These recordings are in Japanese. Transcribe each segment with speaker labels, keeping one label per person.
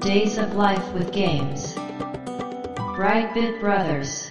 Speaker 1: Days of Life with Games. Brightbit Brothers.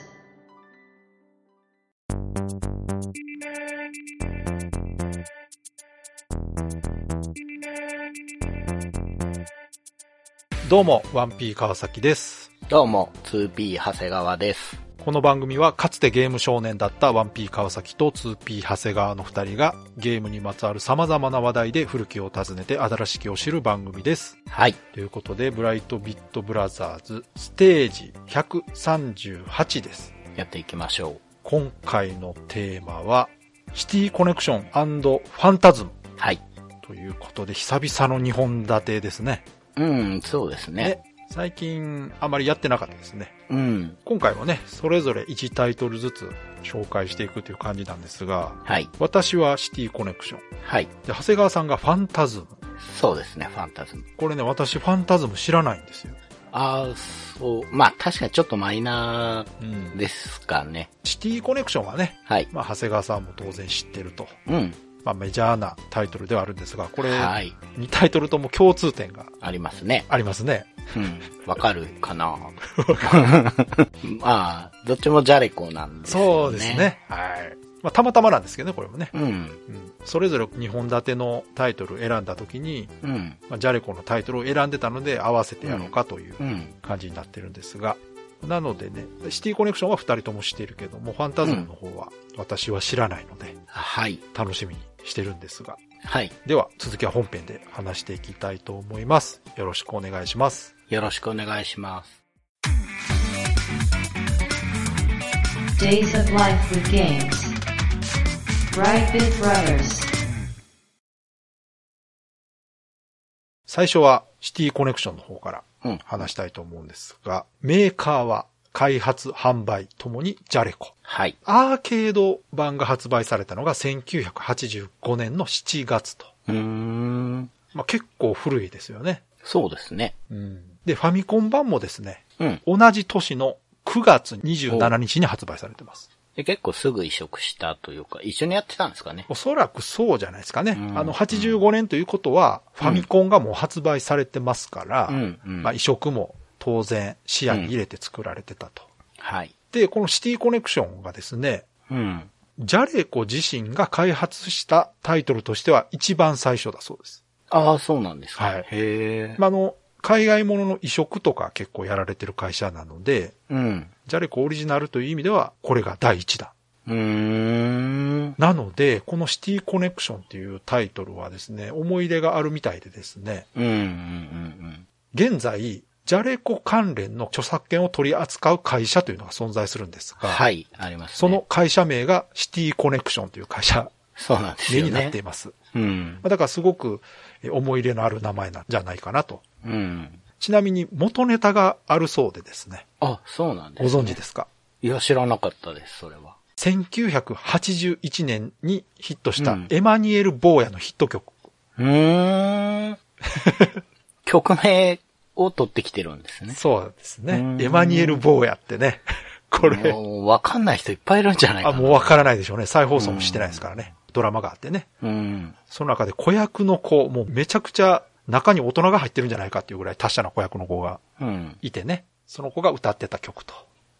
Speaker 2: どうも、ワンピー川崎です。
Speaker 3: どうも、2P 長谷川です。
Speaker 2: この番組はかつてゲーム少年だったワンピー川崎と 2P 長谷川の二人がゲームにまつわる様々な話題で古きを訪ねて新しきを知る番組です。
Speaker 3: はい。
Speaker 2: ということで、ブライトビットブラザーズステージ138です。
Speaker 3: やっていきましょ
Speaker 2: 今回のテーマはシティコネクションファンタズム
Speaker 3: う。はい。
Speaker 2: ということで久々の2本立てですね。
Speaker 3: うん、そうですね。
Speaker 2: 最近あまりやってなかったですね。
Speaker 3: うん。
Speaker 2: 今回はね、それぞれ1タイトルずつ紹介していくという感じなんですが、
Speaker 3: はい。
Speaker 2: 私はシティコネクション。
Speaker 3: はい。
Speaker 2: で、長谷川さんがファンタズム。
Speaker 3: そうですね、ファンタズム。
Speaker 2: これね、私ファンタズム知らないんですよ。
Speaker 3: ああ、そう。まあ、確かにちょっとマイナ
Speaker 2: うん
Speaker 3: ーですかね。
Speaker 2: シティコネクションはね、
Speaker 3: はい。
Speaker 2: まあ、長谷川さんも当然知ってると。
Speaker 3: うん。
Speaker 2: まあ、メジャーなタイトルではあるんですが、これ、
Speaker 3: はい。
Speaker 2: 2タイトルとも共通点が
Speaker 3: ありますね。
Speaker 2: ありますね。
Speaker 3: うん。わかるかな まあ、どっちもジャレコなんです
Speaker 2: そ
Speaker 3: よ
Speaker 2: う
Speaker 3: ね。
Speaker 2: ですね。。はい。まあ、たまたまなんですけどね、これもね。
Speaker 3: うん。
Speaker 2: うん。それぞれ2本立てのタイトル選んだ時に、
Speaker 3: うん。
Speaker 2: まあ、ジャレコのタイトルを選んでたので合わせてやろうかという
Speaker 3: うん。
Speaker 2: 感じになってるんですが、なのでね、シティコネクションは2人とも知っているけども、ファンタズムの方は私は知らないので、
Speaker 3: はい。
Speaker 2: 楽しみにしてるんですが、
Speaker 3: はい。
Speaker 2: では続きは本編で話していきたいと思います。よろしくお願いします。
Speaker 3: よろしくお願いします。
Speaker 1: Days of Life with Games. Brightbit Brothers.
Speaker 2: 最初はシティコネクションの方から
Speaker 3: うん。
Speaker 2: 話したいと思うんですが、メーカーは開発、販売ともにジャレコ。
Speaker 3: はい。
Speaker 2: アーケード版が発売されたのが1985年の7月と。
Speaker 3: うーん。
Speaker 2: まあ、結構古いですよね。
Speaker 3: そうですね。
Speaker 2: で、ファミコン版もですね、
Speaker 3: うん。
Speaker 2: 同じ年の9月27日に発売されてます。
Speaker 3: で結構すぐ移植したというか、一緒にやってたんですかね。
Speaker 2: おそらくそうじゃないですかね。
Speaker 3: うん
Speaker 2: あの、85年ということは、ファミコンがもう発売されてますから、
Speaker 3: うんうん
Speaker 2: まあ、移植も当然視野に入れて作られてたと。
Speaker 3: はい。
Speaker 2: で、このシティコネクションがですね、
Speaker 3: うん。
Speaker 2: ジャレコ自身が開発したタイトルとしては一番最初だそうです。
Speaker 3: ああ、そうなんですか。
Speaker 2: はい
Speaker 3: へえ。
Speaker 2: まあ、あの、海外ものの移植とか結構やられてる会社なので、
Speaker 3: うん。
Speaker 2: ジャレコオリジナルという意味では、これが第一弾。
Speaker 3: うーん。
Speaker 2: なので、このシティコネクションっていうタイトルはですね、思い出があるみたいでですね、
Speaker 3: うん、うん、うん、
Speaker 2: 現在、ジャレコ関連の著作権を取り扱う会社というのが存在するんです
Speaker 3: うん。
Speaker 2: が、
Speaker 3: はい、ありますね。
Speaker 2: その、会社名がシティコネクションという会社
Speaker 3: そうなんです
Speaker 2: 名
Speaker 3: よ
Speaker 2: に
Speaker 3: ね。
Speaker 2: なっています。
Speaker 3: うん。
Speaker 2: だからすごくえ思い入れのある名前なんじゃないかなと。
Speaker 3: うん。
Speaker 2: ちなみに元ネタがあるそうでですね、
Speaker 3: あ、そうなんです、
Speaker 2: ご存知ですか
Speaker 3: いや、知らなかったです、それは。
Speaker 2: 1981年にヒットした
Speaker 3: うん
Speaker 2: エマニュエル・ボーヤのヒット曲。
Speaker 3: うーん。 曲名を取ってきてるんですね。
Speaker 2: そうです
Speaker 3: う
Speaker 2: ね。
Speaker 3: ん
Speaker 2: エマニュエル・ボーヤってね。 これ、
Speaker 3: もう、わかんない人いっぱいいるんじゃないか
Speaker 2: あ、
Speaker 3: な。
Speaker 2: もうわからないでしょうね。再放送もしてないですからね。ドラマがあってね。
Speaker 3: うん。
Speaker 2: その中で子役の子、もうめちゃくちゃ中に大人が入ってるんじゃないかっていうぐらい達者な子役の子が
Speaker 3: うん。
Speaker 2: いてね。その子が歌ってた曲と。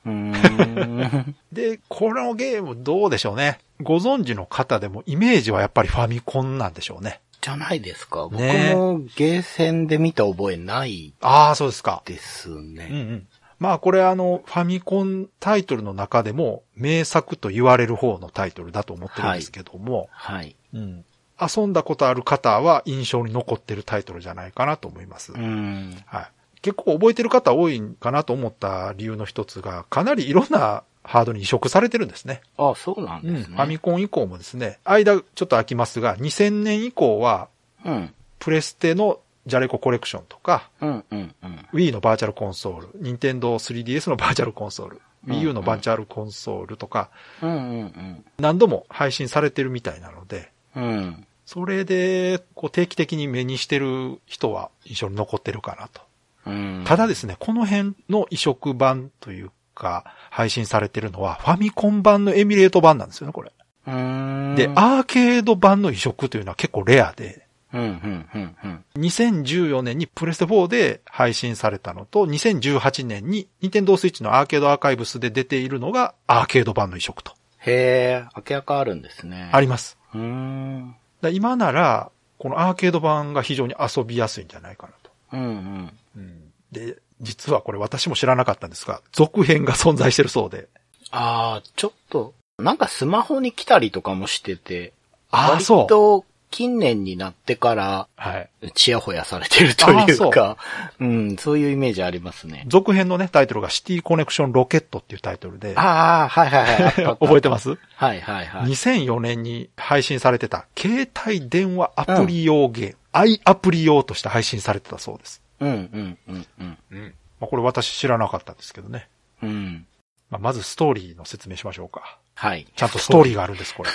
Speaker 3: うーん。
Speaker 2: で、このゲームどうでしょうね。ご存知の方でもイメージはやっぱりファミコンなんでしょうね。
Speaker 3: じゃないですか。僕
Speaker 2: ね
Speaker 3: もゲーセンで見た覚えない
Speaker 2: ああ、そうですか。
Speaker 3: です
Speaker 2: うんう
Speaker 3: ね。
Speaker 2: ん。まあこれあの、ファミコンタイトルの中でも名作と言われる方のタイトルだと思ってるんですけども、
Speaker 3: はい。
Speaker 2: うん。遊んだことある方は印象に残ってるタイトルじゃないかなと思います。
Speaker 3: うん。
Speaker 2: はい。結構覚えてる方多いんかなと思った理由の一つが、かなりいろんなハードに移植されてるんですね。
Speaker 3: あ、そうなんです
Speaker 2: フ
Speaker 3: ね。
Speaker 2: ァミコン以降もですね、間ちょっと空きますが、2000年以降は、
Speaker 3: うん。
Speaker 2: プレステのジャレココレクションとか、
Speaker 3: うん、うん、うん。
Speaker 2: Wii のバーチャルコンソール、Nintendo 3DS のバーチャルコンソール、
Speaker 3: うん
Speaker 2: Wii U のバーチャルコンソールとか、
Speaker 3: うん、うん、
Speaker 2: 何度も配信されてるみたいなので、
Speaker 3: うん。うん。
Speaker 2: それで、こう定期的に目にしてる人は印象に残ってるかなと。
Speaker 3: うん。
Speaker 2: ただですね、この辺の移植版というか、配信されてるのは、ファミコン版のエミレート版なんですよね、これ。
Speaker 3: うーん。
Speaker 2: で、アーケード版の移植というのは結構レアで、
Speaker 3: ううん、うん、うん、うん。
Speaker 2: 2014年にプレステ4で配信されたのと、2018年に Nintendo Switch のアーケードアーカイブスで出ているのがアーケード版の移植と。
Speaker 3: へえ、明らかあるんですね。
Speaker 2: あります。
Speaker 3: うーん。
Speaker 2: だ今なら、このアーケード版が非常に遊びやすいんじゃないかなと。
Speaker 3: うん、うん。
Speaker 2: うんで、実はこれ私も知らなかったんですが、続編が存在してるそうで。
Speaker 3: ああ、ちょっと、なんかスマホに来たりとかもしてて、
Speaker 2: ああ、
Speaker 3: 割
Speaker 2: そう。
Speaker 3: と近年になってから、
Speaker 2: はい。
Speaker 3: ちやほやされてると
Speaker 2: ああ
Speaker 3: い
Speaker 2: そう
Speaker 3: うか、うん、そういうイメージありますね。
Speaker 2: 続編のね、タイトルがシティコネクションロケットっていうタイトルで、
Speaker 3: ああ、はいはい はいあったあった。
Speaker 2: 覚えてます
Speaker 3: はいはいはい。
Speaker 2: 2004年に配信されてた、携帯電話アプリ用ゲーム、i アプリ用として配信されてたそうです。
Speaker 3: うんうんうんうん。
Speaker 2: まあ、これ私知らなかったんですけどね。
Speaker 3: うん。
Speaker 2: まあ、まずストーリーの説明しましょうか。
Speaker 3: はい。
Speaker 2: ちゃんとストーリーがあるんです、 これ。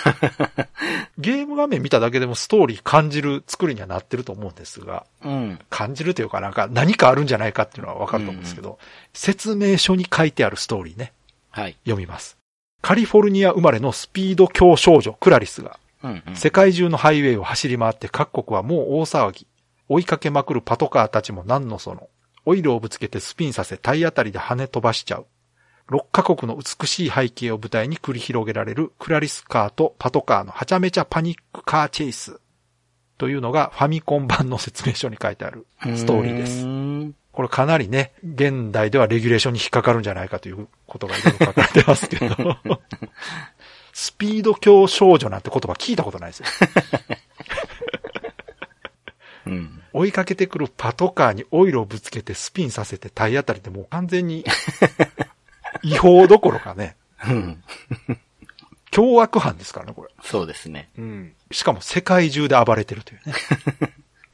Speaker 2: ゲーム画面見ただけでもストーリー感じる作りにはなってると思うんですが、
Speaker 3: うん。
Speaker 2: 感じるというかなんか何かあるんじゃないかっていうのはわかると思うんですけど、説明書に書いてあるストーリーね、
Speaker 3: はい。
Speaker 2: 読みます。カリフォルニア生まれのスピード強少女クラリスが
Speaker 3: うんうん。
Speaker 2: 世界中のハイウェイを走り回って各国はもう大騒ぎ。追いかけまくるパトカーたちも何のその。オイルをぶつけてスピンさせ体当たりで跳ね飛ばしちゃう。6カ国の美しい背景を舞台に繰り広げられるクラリスカーとパトカーのはちゃめちゃパニックカーチェイス。というのがファミコン版の説明書に書いてあるストーリーです
Speaker 3: う。ん
Speaker 2: これかなりね、現代ではレギュレーションに引っかかるんじゃないかということがいろいろ書かれてますけど、スピード強少女なんて言葉聞いたことないですよ。
Speaker 3: うん。
Speaker 2: 追いかけてくるパトカーにオイルをぶつけてスピンさせて体当たりでもう完全に違法どころかね、
Speaker 3: うん。
Speaker 2: 凶悪犯ですからね、これ。
Speaker 3: そうですね。
Speaker 2: しかも世界中で暴れてるというね。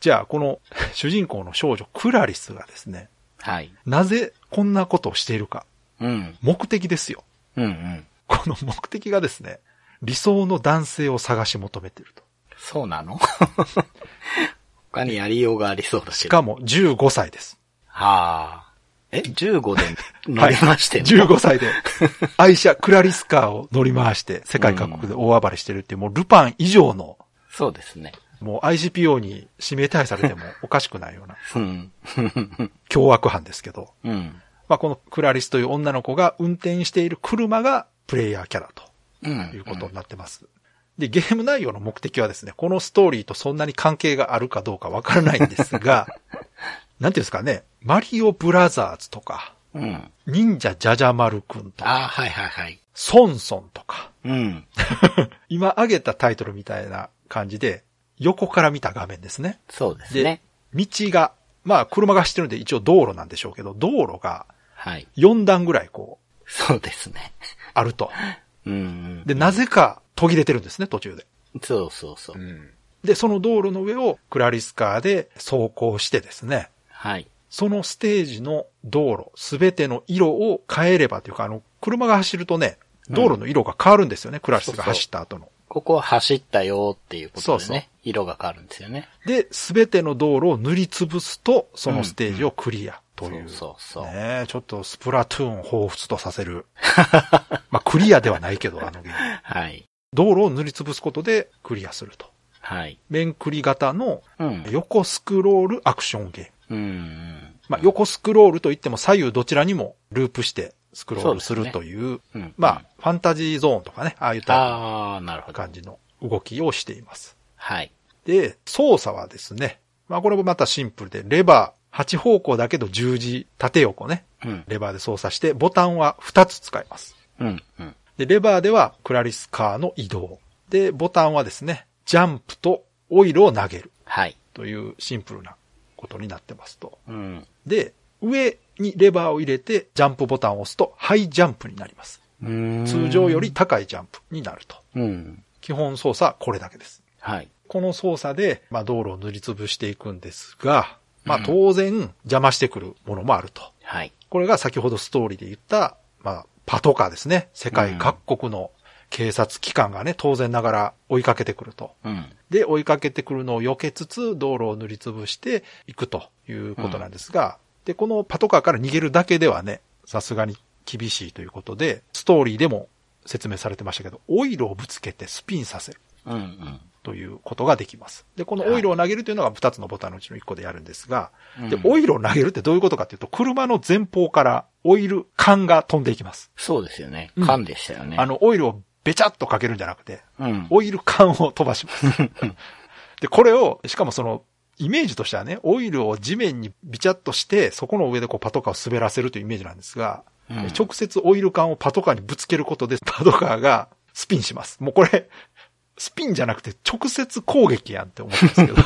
Speaker 2: じゃあ、この主人公の少女クラリスがですね、
Speaker 3: はい。
Speaker 2: なぜこんなことをしているか、
Speaker 3: うん。
Speaker 2: 目的ですよ。
Speaker 3: うんうん。
Speaker 2: この目的がですね、理想の男性を探し求めていると。
Speaker 3: そうなの 他にやりようがありそうだ
Speaker 2: し
Speaker 3: けど。
Speaker 2: かも15歳です。
Speaker 3: はあ。え ?15 で乗りましてね。
Speaker 2: 15歳で、愛車クラリスカーを乗り回して、世界各国で大暴れしてるっていう、もうルパン以上の、
Speaker 3: そうですね。
Speaker 2: もう ICPO に指名手配されても おかしくないような、
Speaker 3: うん。
Speaker 2: 凶悪犯ですけど、
Speaker 3: うん。
Speaker 2: まあ、このクラリスという女の子が運転している車がプレイヤーキャラ
Speaker 3: う。
Speaker 2: というんことになってます。で、ゲーム内容の目的はですね、このストーリーとそんなに関係があるかどうかわからないんですが、なんていうんですかね、マリオブラザーズとか、
Speaker 3: うん。
Speaker 2: 忍者ジャジャマルくんとか、
Speaker 3: ああ、はいはいはい。
Speaker 2: ソンソンとか、
Speaker 3: うん。
Speaker 2: 今挙げたタイトルみたいな感じで、横から見た画面ですね。
Speaker 3: そうです
Speaker 2: で、
Speaker 3: ね。
Speaker 2: 道が、まあ車が走ってるんで一応道路なんでしょうけど、道路が
Speaker 3: はい。
Speaker 2: 4段ぐらいこう、
Speaker 3: そうですね。
Speaker 2: あると。
Speaker 3: うんうん。
Speaker 2: で、なぜか途切れてるんですね、途中で。
Speaker 3: そうそうそう。
Speaker 2: で、その道路の上をクラリスカーで走行してですね、
Speaker 3: はい。
Speaker 2: そのステージの道路、すべての色を変えればというか、あの、車が走るとね、道路の色が変わるんですよね、クラリスが走った後の。
Speaker 3: ここは走ったよっていうことでね。
Speaker 2: そうそう
Speaker 3: 色が変わるんですよね。
Speaker 2: で、すべての道路を塗りつぶすと、そのステージをクリアという。
Speaker 3: そうそうそう
Speaker 2: ねえちょっとスプラトゥーンを彷彿とさせる。 まあ、クリアではないけど、あのゲーム。
Speaker 3: はい。
Speaker 2: 道路を塗りつぶすことでクリアすると。
Speaker 3: はい。
Speaker 2: 面クリ型の
Speaker 3: うん。
Speaker 2: 横スクロールアクションゲーム。
Speaker 3: うんうん。
Speaker 2: まあ、横スクロールといっても左右どちらにもループしてスクロールす
Speaker 3: そうで
Speaker 2: る
Speaker 3: す
Speaker 2: と
Speaker 3: ね
Speaker 2: いう、
Speaker 3: うん
Speaker 2: まあ、ファンタジーゾーンとかね、ああいった
Speaker 3: ああ、なるほど。
Speaker 2: 感じの動きをしています。
Speaker 3: はい。
Speaker 2: で、操作はですね、まあこれもまたシンプルで、レバー8方向だけど十字縦横ね、
Speaker 3: うん。
Speaker 2: レバーで操作して、ボタンは2つ使います。
Speaker 3: うん。うん。
Speaker 2: で、レバーではクラリスカーの移動。で、ボタンはですね、ジャンプとオイルを投げる
Speaker 3: はい。
Speaker 2: というシンプルなことになってますと。
Speaker 3: うん。
Speaker 2: で、上にレバーを入れて、ジャンプボタンを押すと、ハイジャンプになります。通常より。高いジャンプになると。
Speaker 3: うん。
Speaker 2: 基本操作はこれだけです。
Speaker 3: はい。
Speaker 2: この操作で、まあ、道路を塗りつぶしていくんですが、まあ
Speaker 3: う、ん
Speaker 2: 当然、邪魔してくるものもあると。
Speaker 3: はい。
Speaker 2: これが先ほどストーリーで言った、まあ、パトカーですね。世界各国の警察機関がね、当然ながら追いかけてくると。
Speaker 3: うん。
Speaker 2: で、追いかけてくるのを避けつつ、道路を塗りつぶしていくということなんですが、で、このパトカーから逃げるだけではね、さすがに厳しいということで、ストーリーでも説明されてましたけど、オイルをぶつけてスピンさせる。
Speaker 3: うんうん。
Speaker 2: ということができます。で、このオイルを投げるというのが2つのボタンのうちの1個でやるんですが、で、オ
Speaker 3: い、
Speaker 2: イルを投げるってどういうことかっていうと、車の前方からオイル缶が飛んでいきます。
Speaker 3: そうですよね。
Speaker 2: うん
Speaker 3: 缶でしたよね。
Speaker 2: あの、オイルをべちゃっとかけるんじゃなくて、
Speaker 3: うん。
Speaker 2: オイル缶を飛ばし ます。で、これを、しかもその、イメージとしてはね、オイルを地面にビチャッとして、そこの上でこうパトカーを滑らせるというイメージなんですが、
Speaker 3: うん
Speaker 2: 直接オイル缶をパトカーにぶつけることで、パトカーがスピンします。もうこれ、スピンじゃなくて直接攻撃やんって思ったんですけ ど。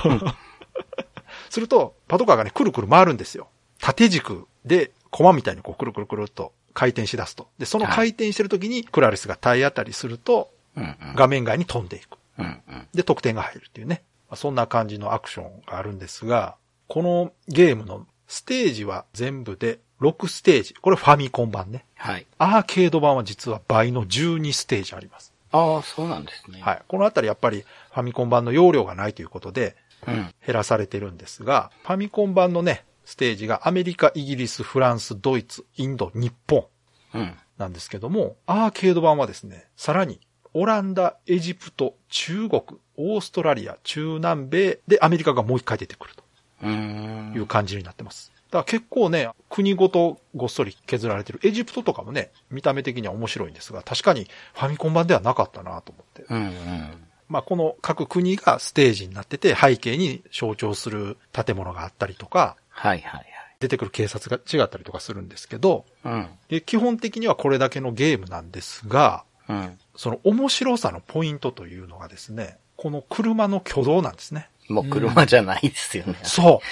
Speaker 2: すると、パトカーがね、くるくる回るんですよ。縦軸で、コマみたいにこう、くるくるくるっと回転しだすと。で、その回転してる時に、クラリスが体当たりすると、
Speaker 3: うんうん。
Speaker 2: 画面外に飛んでいく。
Speaker 3: うんうん。
Speaker 2: で、得点が入るっていうね。まあそんな感じのアクションがあるんですが、このゲームのステージは全部で6ステージ。これファミコン版ね。
Speaker 3: はい。
Speaker 2: アーケード版は実は倍の12ステージあります。
Speaker 3: ああ、そうなんですね。。
Speaker 2: はいい。このあたりやっぱりファミコン版の容量がないということで
Speaker 3: うん。
Speaker 2: 減らされてるんですが、ファミコン版のね、ステージがアメリカ、イギリス、フランス、ドイツ、インド、日本
Speaker 3: うん。
Speaker 2: なんですけども、アーケード版はですね、さらに、オランダ、エジプト、中国、オーストラリア、中南米でアメリカがもう一回出てくる
Speaker 3: うー。
Speaker 2: というん感じになってます。だから結構ね、国ごとごっそり削られてる。エジプトとかもね、見た目的には面白いんですが、確かにファミコン版ではなかったなと思って。
Speaker 3: うんうん。
Speaker 2: まあこの各国がステージになってて、背景に象徴する建物があったりとか、
Speaker 3: はいはい
Speaker 2: 出てくる警察が違ったりとかするんですけど、
Speaker 3: はい。
Speaker 2: で基本的にはこれだけのゲームなんですが、
Speaker 3: うん。うん。
Speaker 2: その面白さのポイントというのがですね、この車の挙動なんですね。
Speaker 3: もう車じゃないですよね。
Speaker 2: そ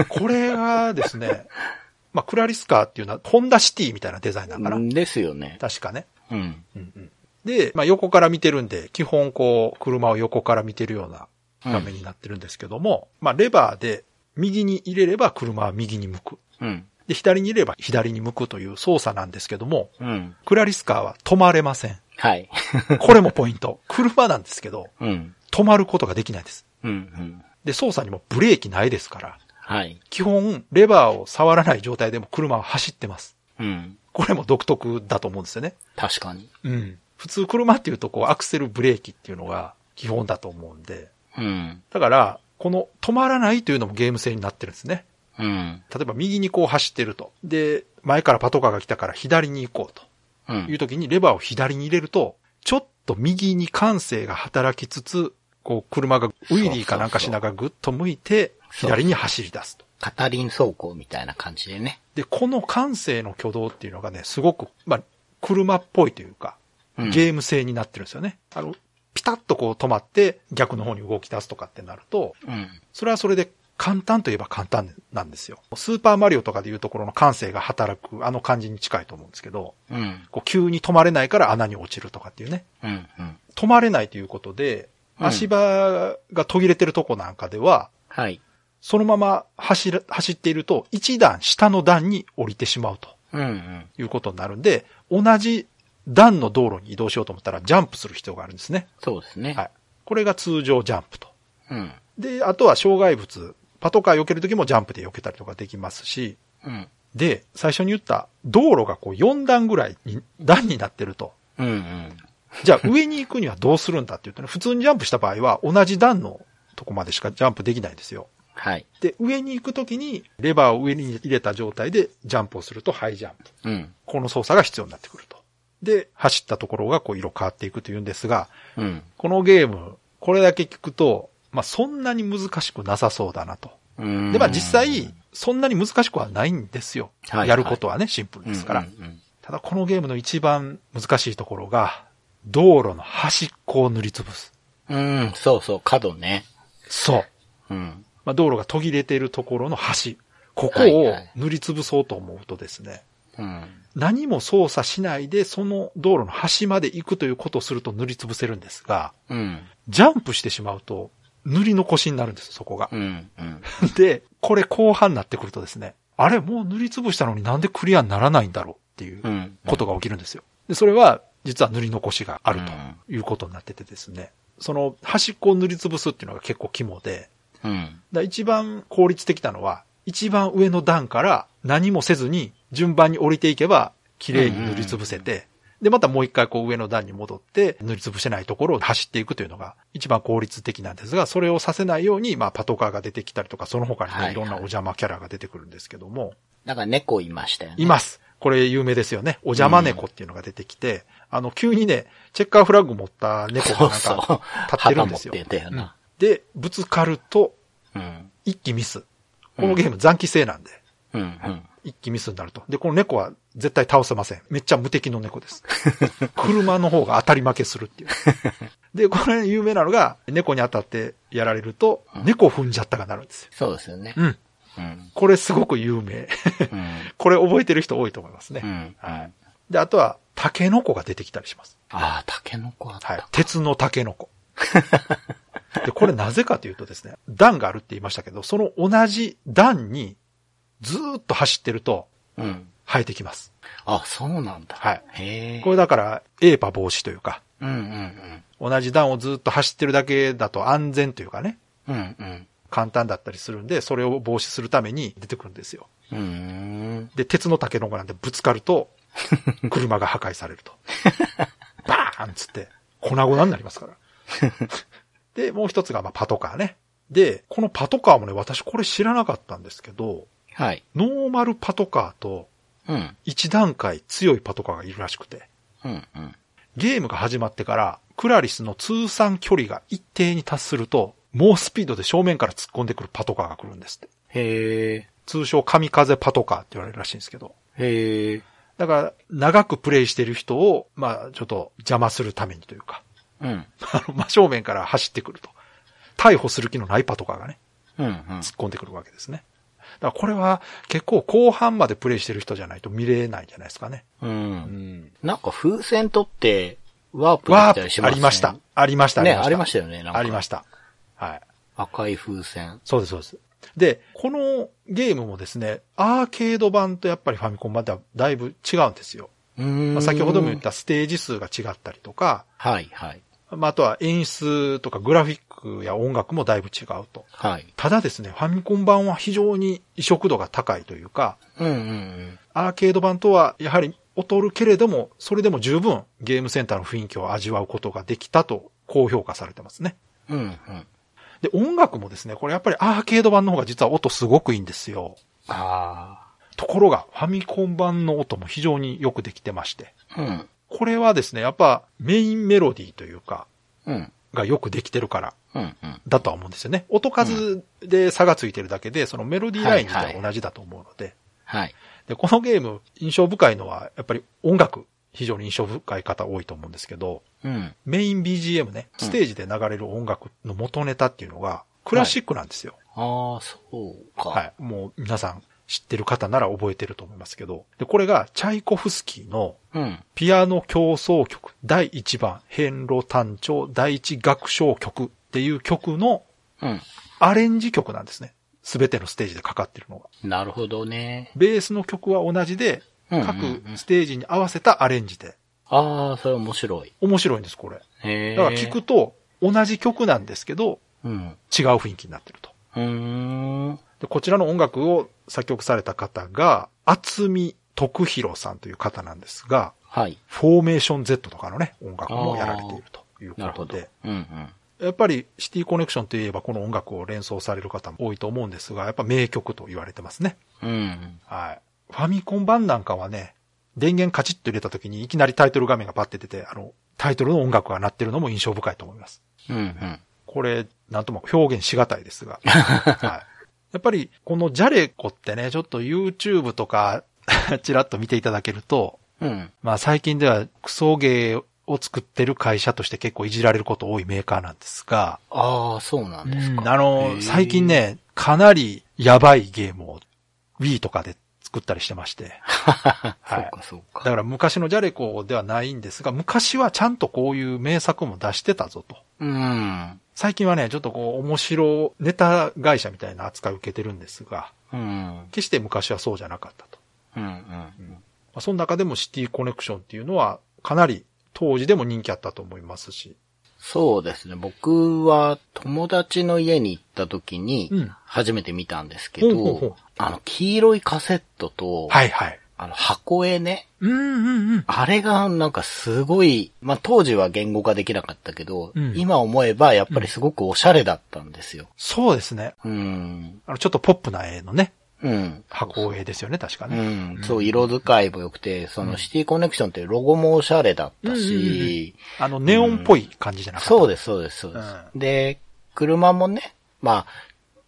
Speaker 2: う。これがですね、 まあ、クラリスカーっていうのは、ホンダシティみたいなデザインなのかな。
Speaker 3: ですよね。
Speaker 2: 確かね。
Speaker 3: うん。
Speaker 2: うんうん、で、まあ、横から見てるんで、基本こう、車を横から見てるような画面になってるんですけども、まあ、レバーで右に入れれば車は右に向く。
Speaker 3: うん。
Speaker 2: で、左に入れれば左に向くという操作なんですけども、
Speaker 3: うん。
Speaker 2: クラリスカーは止まれません。
Speaker 3: はい。
Speaker 2: これもポイント。車なんですけど、
Speaker 3: うん。
Speaker 2: 止まることができないです。
Speaker 3: うん。うん。
Speaker 2: で、操作にもブレーキないですから、
Speaker 3: はい。
Speaker 2: 基本、レバーを触らない状態でも車は走ってます。
Speaker 3: うん。
Speaker 2: これも独特だと思うんですよね。
Speaker 3: 確かに。
Speaker 2: うん。普通車っていうとこうアクセルブレーキっていうのが基本だと思うんで。
Speaker 3: うん。
Speaker 2: だから、この止まらないというのもゲーム性になってるんですね。
Speaker 3: うん。
Speaker 2: 例えば右にこう走ってると。で、前からパトカーが来たから左に行こう
Speaker 3: う。
Speaker 2: というん時にレバーを左に入れると、ちょっと右に感性が働きつつ、こう車がウィリーかなんかしながらぐっと向いて、
Speaker 3: そう
Speaker 2: 左に走り出すと。
Speaker 3: カタリン走行みたいな感じでね。
Speaker 2: で、この感性の挙動っていうのがね、すごく、まあ、車っぽいというか、
Speaker 3: うん
Speaker 2: ゲーム性になってるんですよね。あの、ピタッとこう止まって逆の方に動き出すとかってなると、
Speaker 3: うん。
Speaker 2: それはそれで簡単といえば簡単なんですよ。スーパーマリオとかでいうところの感性が働くあの感じに近いと思うんですけど、
Speaker 3: うん。
Speaker 2: こう急に止まれないから穴に落ちるとかっていうね。
Speaker 3: うん。うん。
Speaker 2: 止まれないということで、
Speaker 3: うん
Speaker 2: 足場が途切れてるとこなんかでは、
Speaker 3: はい。
Speaker 2: そのまま走る走っていると、一段下の段に降りてしまうと。
Speaker 3: うん。うん。
Speaker 2: いうことになるんで、同じ段の道路に移動しようと思ったらジャンプする必要があるんですね。
Speaker 3: そうですね。
Speaker 2: はい。これが通常ジャンプと。
Speaker 3: うん。
Speaker 2: で、あとは障害物、パトカー避けるときもジャンプで避けたりとかできますし、
Speaker 3: うん。
Speaker 2: で、最初に言った道路がこう4段ぐらいに、段になってると。
Speaker 3: うん。うん。
Speaker 2: じゃあ上に行くにはどうするんだって言うとね、普通にジャンプした場合は同じ段のとこまでしかジャンプできないんですよ。
Speaker 3: はい。
Speaker 2: で、上に行くときにレバーを上に入れた状態でジャンプをするとハイジャンプ。
Speaker 3: うん。
Speaker 2: この操作が必要になってくると。で、走ったところがこう色変わっていくというんですが、
Speaker 3: うん。
Speaker 2: このゲーム、これだけ聞くと、まあそんなに難しくなさそうだなと。
Speaker 3: うん
Speaker 2: で、まあ実際、そんなに難しくはないんですよ。
Speaker 3: はい
Speaker 2: やることはね、シンプルですから。
Speaker 3: うんうん
Speaker 2: ただこのゲームの一番難しいところが、道路の端っこを塗りつぶす。
Speaker 3: うん、うんそうそう、角ね。
Speaker 2: そう。
Speaker 3: うん。
Speaker 2: まあ道路が途切れているところの端。ここ
Speaker 3: はい
Speaker 2: を
Speaker 3: はい
Speaker 2: 塗りつぶそうと思うとですね、
Speaker 3: うん。
Speaker 2: 何も操作しないで、その道路の端まで行くということをすると塗りつぶせるんですが、
Speaker 3: うん。
Speaker 2: ジャンプしてしまうと、塗り残しになるんです、そこが
Speaker 3: う。ん。うん。。
Speaker 2: で、これ後半になってくるとですね、あれ、もう塗りつぶしたのになんでクリアにならないんだろうっていううんことが起きるんですよ。で、それは、実は塗り残しがあるということになっててですね、その端っこを塗りつぶすっていうのが結構肝で、
Speaker 3: うん。
Speaker 2: だから一番効率的なのは、一番上の段から何もせずに順番に降りていけば、綺麗に塗りつぶせて、で、またもう一回こう上の段に戻って、塗りつぶせないところを走っていくというのが一番効率的なんですが、それをさせないように、まあパトカーが出てきたりとか、その他に
Speaker 3: はいは
Speaker 2: ね
Speaker 3: い
Speaker 2: いろんなお邪魔キャラが出てくるんですけども、
Speaker 3: なんか猫いましたよね。
Speaker 2: います。これ有名ですよね。お邪魔猫っていうのが出てきて、あの、急にね、チェッカーフラッグ持った猫
Speaker 3: そ
Speaker 2: が
Speaker 3: う
Speaker 2: なん
Speaker 3: そう
Speaker 2: か。立ってるんですよ
Speaker 3: 旗持ってたよな。
Speaker 2: で、ぶつかると
Speaker 3: うん。
Speaker 2: 一気ミス。このゲーム残機制なんで、
Speaker 3: うん、うん。
Speaker 2: 一気ミスになると。で、この猫は絶対倒せません。めっちゃ無敵の猫 です。車の方が当たり負けするっていう。で、これ有名なのが、猫に当たってやられると、猫踏んじゃったがなるんですよ。
Speaker 3: そうですよね。
Speaker 2: うん。
Speaker 3: うん。
Speaker 2: これすごく有名。
Speaker 3: うん。
Speaker 2: これ覚えてる人多いと思いますね。
Speaker 3: うん。あ
Speaker 2: で、あとは、タケノコが出てきたりします。
Speaker 3: あー、タケノコあった。
Speaker 2: はい。鉄のタケノコ。で、これなぜかというとですね、段があるって言いましたけど、その同じ段にずーっと走ってると
Speaker 3: うん。
Speaker 2: 生えてきます。
Speaker 3: あ、そうなんだ。
Speaker 2: はい
Speaker 3: へえ。
Speaker 2: これだから、エーパ防止というか、
Speaker 3: うんうん
Speaker 2: 同じ段をずーっと走ってるだけだと安全というかね、
Speaker 3: うん。うんうん。
Speaker 2: 簡単だったりするんで、それを防止するために出てくるんですよ。
Speaker 3: うーん。
Speaker 2: で、鉄のタケノコなんてぶつかると、車が破壊されると。バーンっつって、粉々になりますから。で、もう一つが、まあ、パトカーね。で、このパトカーもね、私これ知らなかったんですけど、
Speaker 3: はい。
Speaker 2: ノーマルパトカーと
Speaker 3: うん。
Speaker 2: 一段階強いパトカーがいるらしくて、
Speaker 3: うんうん。
Speaker 2: ゲームが始まってから、クラリスの通算距離が一定に達すると、猛スピードで正面から突っ込んでくるパトカーが来るんですって。
Speaker 3: へえ。
Speaker 2: 通称、神風パトカーって言われるらしいんですけど。
Speaker 3: へえ。
Speaker 2: だから、長くプレイしてる人を、まあ、ちょっと邪魔するためにというか、
Speaker 3: うん。
Speaker 2: あの、真正面から走ってくると。逮捕する気のないパトカーがね、
Speaker 3: うんうん。
Speaker 2: 突っ込んでくるわけですね。だからこれは結構後半までプレイしてる人じゃないと見れないんじゃないですかね。
Speaker 3: うん。
Speaker 2: ん。
Speaker 3: なんか風船取って、ワープで
Speaker 2: わ
Speaker 3: き
Speaker 2: あ、
Speaker 3: たりし
Speaker 2: あ
Speaker 3: ますね。
Speaker 2: りました。ありました、
Speaker 3: ね、ありましたよね。なんか
Speaker 2: ありました。はい。
Speaker 3: 赤い風船。
Speaker 2: そうです、そうです。で、このゲームもですね、アーケード版とやっぱりファミコンまではだいぶ違うんですよ。
Speaker 3: うーん
Speaker 2: まあ先ほども言っ。たステージ数が違ったりとか、
Speaker 3: はい、はい。
Speaker 2: まあ、あとは演出とかグラフィックや音楽もだいぶ違うと。
Speaker 3: はい。
Speaker 2: ただですね、ファミコン版は非常に移植度が高いというか、
Speaker 3: うんうんうん。
Speaker 2: アーケード版とはやはり劣るけれども、それでも十分ゲームセンターの雰囲気を味わうことができたと高評価されてますね。
Speaker 3: うんうん。
Speaker 2: で、音楽もですね、これやっぱりアーケード版の方が実は音すごくいいんですよ。
Speaker 3: あ
Speaker 2: ところが、ファミコン版の音も非常によくできてまして。
Speaker 3: あ。うん。
Speaker 2: これはですね、やっぱメインメロディーというか、
Speaker 3: うん。
Speaker 2: がよくできてるから
Speaker 3: うんうん。
Speaker 2: だとは思うんですよね。音数で差がついてるだけで、そのメロディーライン自体は同じだと思うので。
Speaker 3: はい。
Speaker 2: で、このゲーム、印象深いのは、やっぱり音楽、非常に印象深い方多いと思うんですけど、
Speaker 3: うん。
Speaker 2: メイン BGM ね、
Speaker 3: うん
Speaker 2: ステージで流れる音楽の元ネタっていうのが、クラシックなんですよ。
Speaker 3: ああ、そうか。
Speaker 2: はい。もう皆さん知ってる方なら覚えてると思いますけど、で、これが、チャイコフスキーの、
Speaker 3: うん。
Speaker 2: ピアノ競争曲、第1番、変路単調、第1楽章曲っていう曲の
Speaker 3: うん。
Speaker 2: アレンジ曲なんですね。すべてのステージでかかってるのが。
Speaker 3: なるほどね。
Speaker 2: ベースの曲は同じで、
Speaker 3: うんうんうん
Speaker 2: 各ステージに合わせたアレンジで。
Speaker 3: ああ、それ面白い。
Speaker 2: 面白いんです、これ。
Speaker 3: へえ。
Speaker 2: だから聞く。と、同じ曲なんですけど、
Speaker 3: うん。
Speaker 2: 違う雰囲気になってると。
Speaker 3: うーん。
Speaker 2: でこちらの音楽を作曲された方が、厚見徳弘さんという方なんですが、
Speaker 3: はい。
Speaker 2: フォーメーション Z とかのね、音楽もやられているという
Speaker 3: なる
Speaker 2: こ
Speaker 3: ほ
Speaker 2: と
Speaker 3: ど。
Speaker 2: で、
Speaker 3: うんうん。
Speaker 2: やっぱりシティコネクションといえばこの音楽を連想される方も多いと思うんですが、やっぱ名曲と言われてますね。
Speaker 3: うん。
Speaker 2: はい。ファミコン版なんかはね、電源カチッと入れた時にいきなりタイトル画面がパッて出て、あの、タイトルの音楽が鳴ってるのも印象深いと思います。
Speaker 3: うんうん。
Speaker 2: これ、なんとも表現しがたいですが。はい。やっぱり、このジャレコってね、ちょっと YouTube とか、 ちらっと見ていただけると、
Speaker 3: うん。
Speaker 2: まあ最近ではクソゲーを作ってる会社として結構いじられること多いメーカーなんですが、
Speaker 3: ああ、そうなんですか。
Speaker 2: あ
Speaker 3: へ
Speaker 2: の、
Speaker 3: え
Speaker 2: 最近。ね、かなりやばいゲームを Wii とかで作ったりしてまして、
Speaker 3: そうか、そう
Speaker 2: だ
Speaker 3: か。
Speaker 2: から昔のジャレコではないんですが、昔はちゃんとこういう名作も出してたぞと。
Speaker 3: うん。
Speaker 2: 最近はね、ちょっとこう、面白、ネタ会社みたいな扱いを受けてるんですが、
Speaker 3: うん。
Speaker 2: 決して昔はそうじゃなかったと。
Speaker 3: うんうん。
Speaker 2: まあ、その中でもシティコネクションっていうのは、かなり当時でも人気あったと思いますし、
Speaker 3: そうですね。僕は友達の家に行った時に
Speaker 2: うん、
Speaker 3: 初めて見たんですけ
Speaker 2: ほ
Speaker 3: ど、
Speaker 2: うほうほう
Speaker 3: あの、黄色いカセットと、
Speaker 2: はいはい。
Speaker 3: あの、箱絵ね。
Speaker 2: うんうんうん。
Speaker 3: あれがなんかすごい、まあ、当時は言語化できなかったけど、
Speaker 2: うん
Speaker 3: 今思えばやっぱりすごくおしゃれだったんですよ。
Speaker 2: そうですね。
Speaker 3: うん。
Speaker 2: あの、ちょっとポップな絵のね、
Speaker 3: うん。
Speaker 2: 箱絵ですよね、確か
Speaker 3: う
Speaker 2: ね。
Speaker 3: ん。そう、色使いも良くて、そのシティコネクションってロゴもおしゃれだった
Speaker 2: うんうんうん
Speaker 3: し、
Speaker 2: あの、ネオンっぽい感じじゃなかった。
Speaker 3: そう
Speaker 2: で
Speaker 3: です、そうです、そうです。で、車もね、まあ、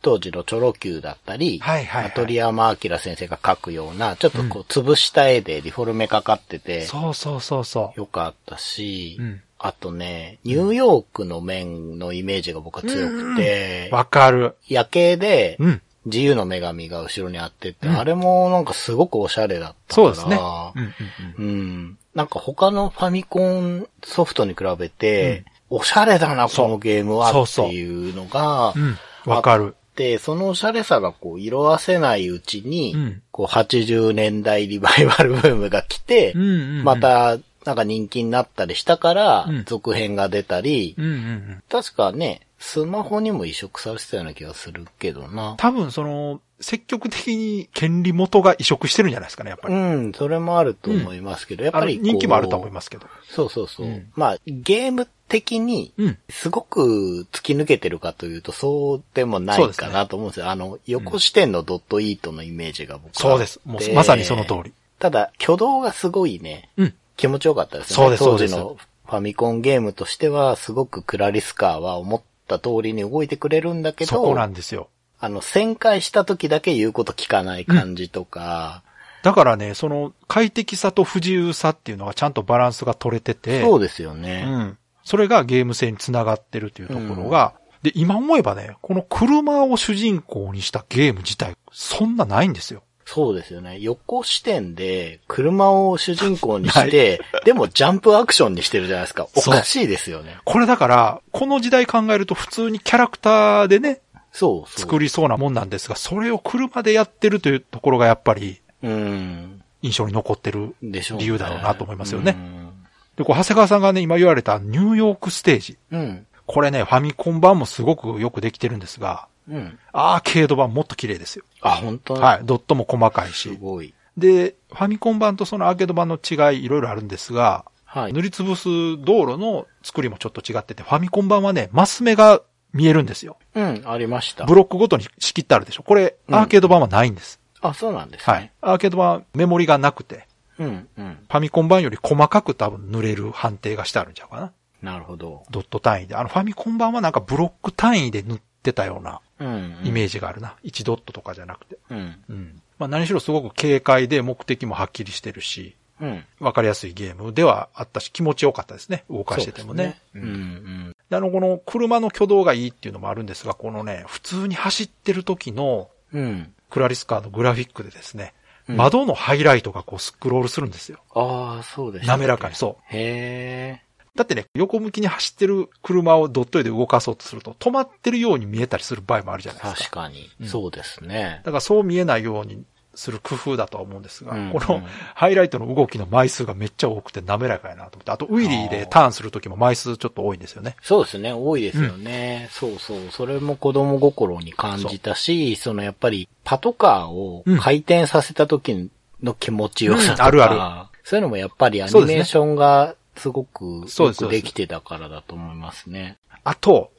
Speaker 3: 当時のチョロ Q だったり、
Speaker 2: はいはいはい
Speaker 3: 鳥山明先生が描くような、ちょっとこう、潰した絵でリフォルメかかってて、
Speaker 2: そうそうそうそう。
Speaker 3: よかったし、
Speaker 2: うん
Speaker 3: あとね、ニューヨークの面のイメージが僕は強くて、
Speaker 2: わかる。
Speaker 3: 夜景で
Speaker 2: うん。
Speaker 3: 自由の女神が後ろにあってって、あれもなんかすごくおしゃれだったか
Speaker 2: そう
Speaker 3: ら、
Speaker 2: ですね。うんうんうん。
Speaker 3: うん。なんか他のファミコンソフトに比べて、おしゃれだな、
Speaker 2: そう
Speaker 3: このゲームは
Speaker 2: そう
Speaker 3: って
Speaker 2: そう
Speaker 3: いうのが、
Speaker 2: うん。わかる。
Speaker 3: で、そのおしゃれさがこう色あせないうちに、
Speaker 2: うん
Speaker 3: こう80年代リバイバルブームが来て、
Speaker 2: うんうんうん
Speaker 3: またなんか人気になったりしたから、
Speaker 2: うん
Speaker 3: 続編が出たり、
Speaker 2: うんうんうん。
Speaker 3: 確かね、スマホにも移植されてたような気がするけどな。
Speaker 2: 多分、その、積極的に権利元が移植してるんじゃないですかね、やっぱ
Speaker 3: う
Speaker 2: り。
Speaker 3: ん、それもあると思いますけど、やっ
Speaker 2: あ
Speaker 3: ぱ
Speaker 2: の
Speaker 3: りこう
Speaker 2: 人気もあると思いますけど。
Speaker 3: そうそうそう。
Speaker 2: うん
Speaker 3: まあ、ゲーム的に、
Speaker 2: うん。
Speaker 3: すごく突き抜けてるかというと、そうでもな
Speaker 2: そう
Speaker 3: い
Speaker 2: ですね
Speaker 3: かなと思うんですよ。あの、横視点のドットイートのイメージが僕は
Speaker 2: そ
Speaker 3: あって
Speaker 2: うです。もう、まさにその通り。。
Speaker 3: ただ、挙動がすごいね、
Speaker 2: うん。
Speaker 3: 気持ちよかったですね。
Speaker 2: そうです
Speaker 3: 当時
Speaker 2: そう
Speaker 3: のファミコンゲームとしては、すごくクラリスカーは思った通りに動いてくれるんだけ
Speaker 2: そこな
Speaker 3: ど、
Speaker 2: んですよ。
Speaker 3: あの、旋回した時だけ言うこと聞かない感じとか、
Speaker 2: だからね、その、快適さと不自由さっていうのがちゃんとバランスが取れてて。
Speaker 3: そうですよね。
Speaker 2: うん。それがゲーム性につながってるというところが、で、今思えばね、この車を主人公にしたゲーム自体、そんなないんですよ。
Speaker 3: そうですよね。横視点で車を主人公にして、でもジャンプアクションにしてるじゃないですか。お
Speaker 2: そう
Speaker 3: かしいですよね。
Speaker 2: これだから、この時代考えると普通にキャラクターでね、
Speaker 3: そうそう。
Speaker 2: 作りそうなもんなんですが、それを車でやってるというところがやっぱり
Speaker 3: うん。
Speaker 2: 印象に残ってる
Speaker 3: でしょう、
Speaker 2: 理由だろうなと思いますよね。
Speaker 3: うん。
Speaker 2: で、こう、長谷川さんがね、今言われたニューヨークステージ。
Speaker 3: うん。
Speaker 2: これね、ファミコン版もすごくよくできてるんですが、
Speaker 3: うん。
Speaker 2: アーケード版もっと綺麗ですよ。
Speaker 3: あ、本当
Speaker 2: はい。ドットも細かい
Speaker 3: す
Speaker 2: し。
Speaker 3: ごい。
Speaker 2: で、ファミコン版とそのアーケード版の違いいろいろあるんですが、
Speaker 3: はい
Speaker 2: 塗。りつぶす道路の作りもちょっと違ってて、ファミコン版はね、マス目が見えるんですよ。
Speaker 3: うん、ありました
Speaker 2: ブ。ロックごとに仕切ってあるでしょ。これ、
Speaker 3: うん
Speaker 2: アーケード版はないんです。
Speaker 3: あ、そうなんですね。
Speaker 2: はい。。アーケード版、メモリがなくて、
Speaker 3: うん、うん。
Speaker 2: ファミコン版より細かく多分塗れる判定がしてあるんちゃうかな。
Speaker 3: なるほど。
Speaker 2: ドット単位で。あの、ファミコン版はなんかブロック単位で塗ってたような
Speaker 3: うん、うん。
Speaker 2: イメージがあるな。1ドットとかじゃなくて。
Speaker 3: うん。
Speaker 2: うん。まあ何しろすごく軽快で目的もはっきりしてるし、
Speaker 3: うん。
Speaker 2: わかりやすいゲームではあったし、気持ちよかったですね。動かしててもね。
Speaker 3: そうですねうん、
Speaker 2: であの、この車の挙動がいいっていうのもあるんですが、このね、普通に走ってる時の
Speaker 3: うん。うん。
Speaker 2: クラリスカーのグラフィックでですね、
Speaker 3: うん
Speaker 2: 窓のハイライトがこうスクロールするんですよ。
Speaker 3: ああ、そうですね。
Speaker 2: 滑らかに、そ
Speaker 3: へえ。
Speaker 2: う。だってね、横向きに走ってる車をドット絵で動かそうとすると、止まってるように見えたりする場合もあるじゃないですか。
Speaker 3: 確かに。
Speaker 2: うん
Speaker 3: そうですね。
Speaker 2: だからそう見えないようにする工夫だとは思うんですが、
Speaker 3: うん
Speaker 2: こ
Speaker 3: うん
Speaker 2: のハイライトの動きの枚数がめっちゃ多くて滑らかやなと思って、あとウィリーでターンする時も枚数ちょっと多いんですよね。
Speaker 3: そうですね、多いですよね。そうそう。それも子供心に感じたし、そのやっぱりパトカーを回転させた時の気持ちよさとか、
Speaker 2: うんうんあるあ
Speaker 3: そういうのもやっぱりアニ
Speaker 2: そうですね
Speaker 3: メーションがすごく
Speaker 2: そう
Speaker 3: よ
Speaker 2: ですそ
Speaker 3: く
Speaker 2: うです
Speaker 3: できてたからだと思いますね。
Speaker 2: あと、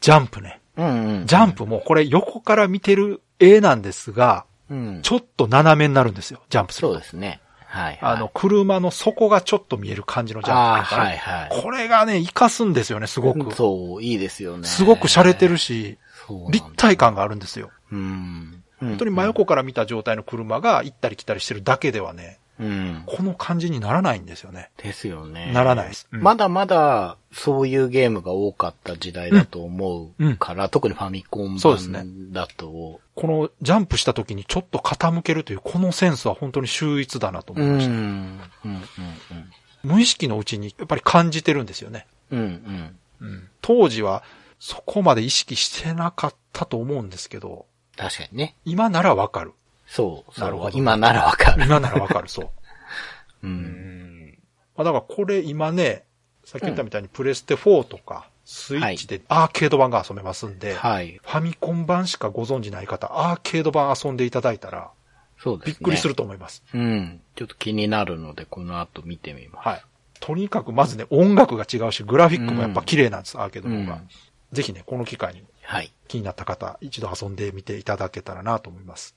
Speaker 2: ジャンプね。
Speaker 3: うんうん。
Speaker 2: ジャンプもこれ横から見てる絵なんですが、
Speaker 3: うん。
Speaker 2: ちょっと斜めになるんですよ、ジャンプする
Speaker 3: そう
Speaker 2: と。
Speaker 3: ですね。はい、はい。
Speaker 2: あの、、車の底がちょっと見える感じのジャンプ
Speaker 3: ああー、
Speaker 2: だから
Speaker 3: はいはい。
Speaker 2: これがね、活かすんですよね、すごく。
Speaker 3: そう、いいですよね。
Speaker 2: すごく洒落てるし、
Speaker 3: そうなんだ、
Speaker 2: 立体感があるんですよ。
Speaker 3: うん。本
Speaker 2: 本当に真横から見た状態の車が行ったり来たりしてるだけではね、
Speaker 3: うん。
Speaker 2: この感じにならないんですよね。
Speaker 3: ですよね。
Speaker 2: ならないですうん
Speaker 3: まだまだ、そういうゲームが多かった時代だと思うから、特にファミコン
Speaker 2: そうですね
Speaker 3: 版だと、
Speaker 2: このジャンプした時にちょっと傾けるという、このセンスは本当に秀逸だなと思
Speaker 3: う
Speaker 2: い
Speaker 3: ん、う
Speaker 2: ま
Speaker 3: ん
Speaker 2: した。、
Speaker 3: うん、
Speaker 2: 無意識のうちにやっぱり感じてるんですよね。
Speaker 3: うん、うん。
Speaker 2: うん当時はそこまで意識してなかったと思うんですけど、
Speaker 3: 確かにね。
Speaker 2: 今ならわかる。
Speaker 3: そう、そ
Speaker 2: な
Speaker 3: う
Speaker 2: るほど
Speaker 3: 今ならわかる。
Speaker 2: 今ならわかる、 そう。
Speaker 3: う。
Speaker 2: うんん。まあだからこれ今ね、さっき言ったみたいにプレステ4とか、スイッチでアーケード版が遊べますんで、
Speaker 3: はい。
Speaker 2: ファミコン版しかご存じない方、アーケード版遊んでいただいたら、
Speaker 3: そうです
Speaker 2: び
Speaker 3: ね。
Speaker 2: っくりする。と思います。
Speaker 3: うん。ちょっと気になるので、この後見てみます。
Speaker 2: はい。とにかくまずね、音楽が違うし、グラフィックもやっぱ綺麗なんです、アーケードの方が。
Speaker 3: うん
Speaker 2: ぜひね、この機会に
Speaker 3: はい。
Speaker 2: 気になった方、一度遊んでみていただけたらなと思います。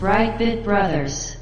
Speaker 1: Brightbit Brothers.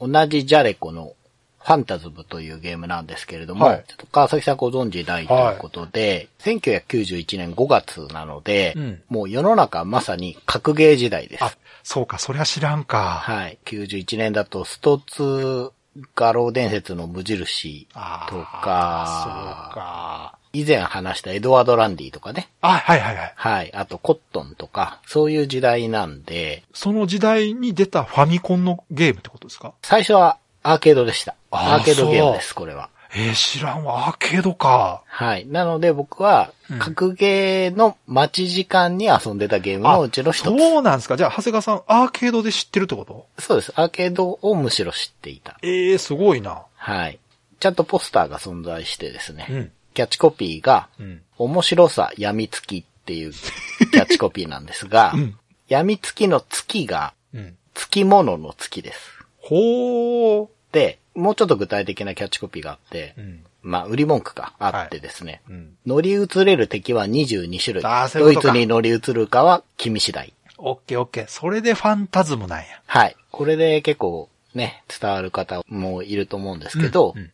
Speaker 3: 同じジャレコのファンタズムというゲームなんですけれども、
Speaker 2: はい
Speaker 3: ちょっと川崎さんご存知ないということで、1991年5月なので、
Speaker 2: うん
Speaker 3: もう世の中まさに格ゲー時代です
Speaker 2: あ。、そうか、そりゃ知らんか。
Speaker 3: はい。91年だとスト2画廊伝説の無印と
Speaker 2: あーそう
Speaker 3: か、
Speaker 2: か。
Speaker 3: 以前話したエドワード・ランディとかね。
Speaker 2: あ、はいはいはい。
Speaker 3: はい。あとコットンとか、そういう時代なんで、
Speaker 2: その時代に出たファミコンのゲームってことですか
Speaker 3: 最初はアーケードでした。
Speaker 2: あー
Speaker 3: アーケードゲームです、これは。
Speaker 2: えー、知らんわ、アーケードか。
Speaker 3: はい。なので僕は
Speaker 2: うん、
Speaker 3: 格ゲーの待ち時間に遊んでたゲームのうちの一つ。
Speaker 2: そうなんですか。じゃあ、長谷川さん、アーケードで知ってるってこと
Speaker 3: そうです。アーケードをむしろ知っていた。
Speaker 2: えー、すごいな。
Speaker 3: はい。ちゃんとポスターが存在してですね。
Speaker 2: うん
Speaker 3: キャッチコピーが、
Speaker 2: うん。
Speaker 3: 面白さ、闇月っていう キャッチコピーなんですが、
Speaker 2: うん
Speaker 3: 闇月の月が、
Speaker 2: うん。
Speaker 3: 月物の月です。
Speaker 2: ほー。
Speaker 3: で、もうちょっと具体的なキャッチコピーがあって、
Speaker 2: うん。
Speaker 3: まあ、売り文句があってですね、
Speaker 2: うん。
Speaker 3: 乗り移れる敵は22種類。
Speaker 2: あーそう
Speaker 3: ド
Speaker 2: いう
Speaker 3: イ
Speaker 2: こと
Speaker 3: ツ
Speaker 2: か
Speaker 3: に乗り移るかは君次第。
Speaker 2: オッケーオッケー。それでファンタズムなんや。
Speaker 3: はい。これで結構ね、伝わる方もいると思うんですけど、
Speaker 2: うん。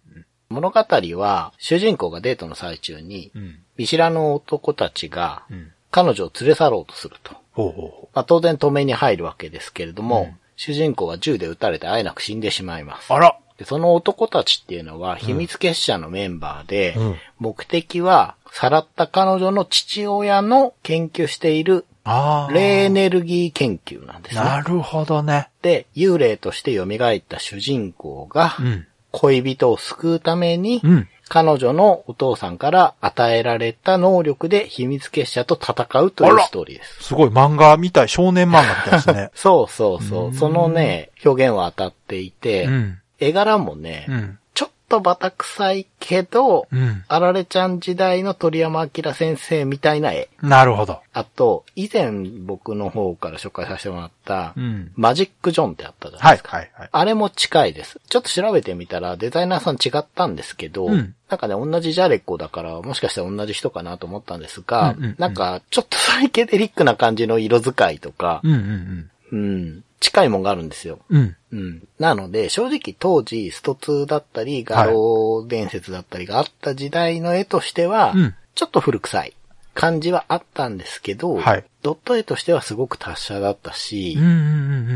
Speaker 3: 物語は主人公がデートの最中に
Speaker 2: う、ん。
Speaker 3: 見知らぬ男たちが
Speaker 2: うん。
Speaker 3: 彼女を連れ去ろうとすると。
Speaker 2: ほうほうほ
Speaker 3: まあ、当然止めに入るわけですけれども、
Speaker 2: うん
Speaker 3: 主人公は銃で撃たれて会えなく死んでしまいます
Speaker 2: う。。あら。
Speaker 3: でその男たちっていうのは秘密結社のメンバーで、
Speaker 2: うん
Speaker 3: 目的はさらった彼女の父親の研究している
Speaker 2: あー
Speaker 3: 霊エネルギー研究なんですね。
Speaker 2: なるほどね。
Speaker 3: で、幽霊として蘇った主人公が、
Speaker 2: うん。
Speaker 3: 恋人を救うために、
Speaker 2: うん。
Speaker 3: 彼女のお父さんから与えられた能力で秘密結社と戦うとい
Speaker 2: あ
Speaker 3: う
Speaker 2: ら
Speaker 3: ストーリーです。。
Speaker 2: すごい漫画みたい、少年漫画みたいです ね
Speaker 3: そうそうそう。そのね、表現は当たっていて、
Speaker 2: うん。
Speaker 3: 絵柄もね、
Speaker 2: うん。
Speaker 3: ちょっとバタ臭いけど、
Speaker 2: うん。
Speaker 3: あられちゃん時代の鳥山明先生みたいな絵。
Speaker 2: なるほど。
Speaker 3: あと、以前僕の方から紹介させてもらった、
Speaker 2: うん。
Speaker 3: マジック・ジョンってあったじゃな
Speaker 2: は
Speaker 3: いで
Speaker 2: い
Speaker 3: す、か。
Speaker 2: はい、はい。
Speaker 3: あれも近いです。ちょっと調べてみたらデザイナーさん違ったんですけど、
Speaker 2: うん
Speaker 3: なんかね、同じジャレコだから、もしかしたら同じ人かなと思ったんですが、
Speaker 2: うんうんうん
Speaker 3: なんか、ちょっとサイケデリックな感じの色使いとか、
Speaker 2: うん、うん、
Speaker 3: うん、近いもんがあるんですよ。
Speaker 2: うん。うん。
Speaker 3: うん。なので、正直当時、スト2だったり、画廊伝説だったりがあった時代の絵としては、
Speaker 2: うん
Speaker 3: ちょっと古臭い感じはあったんですけど、
Speaker 2: はい
Speaker 3: ドット絵としてはすごく達者だったし、
Speaker 2: うん、うん、う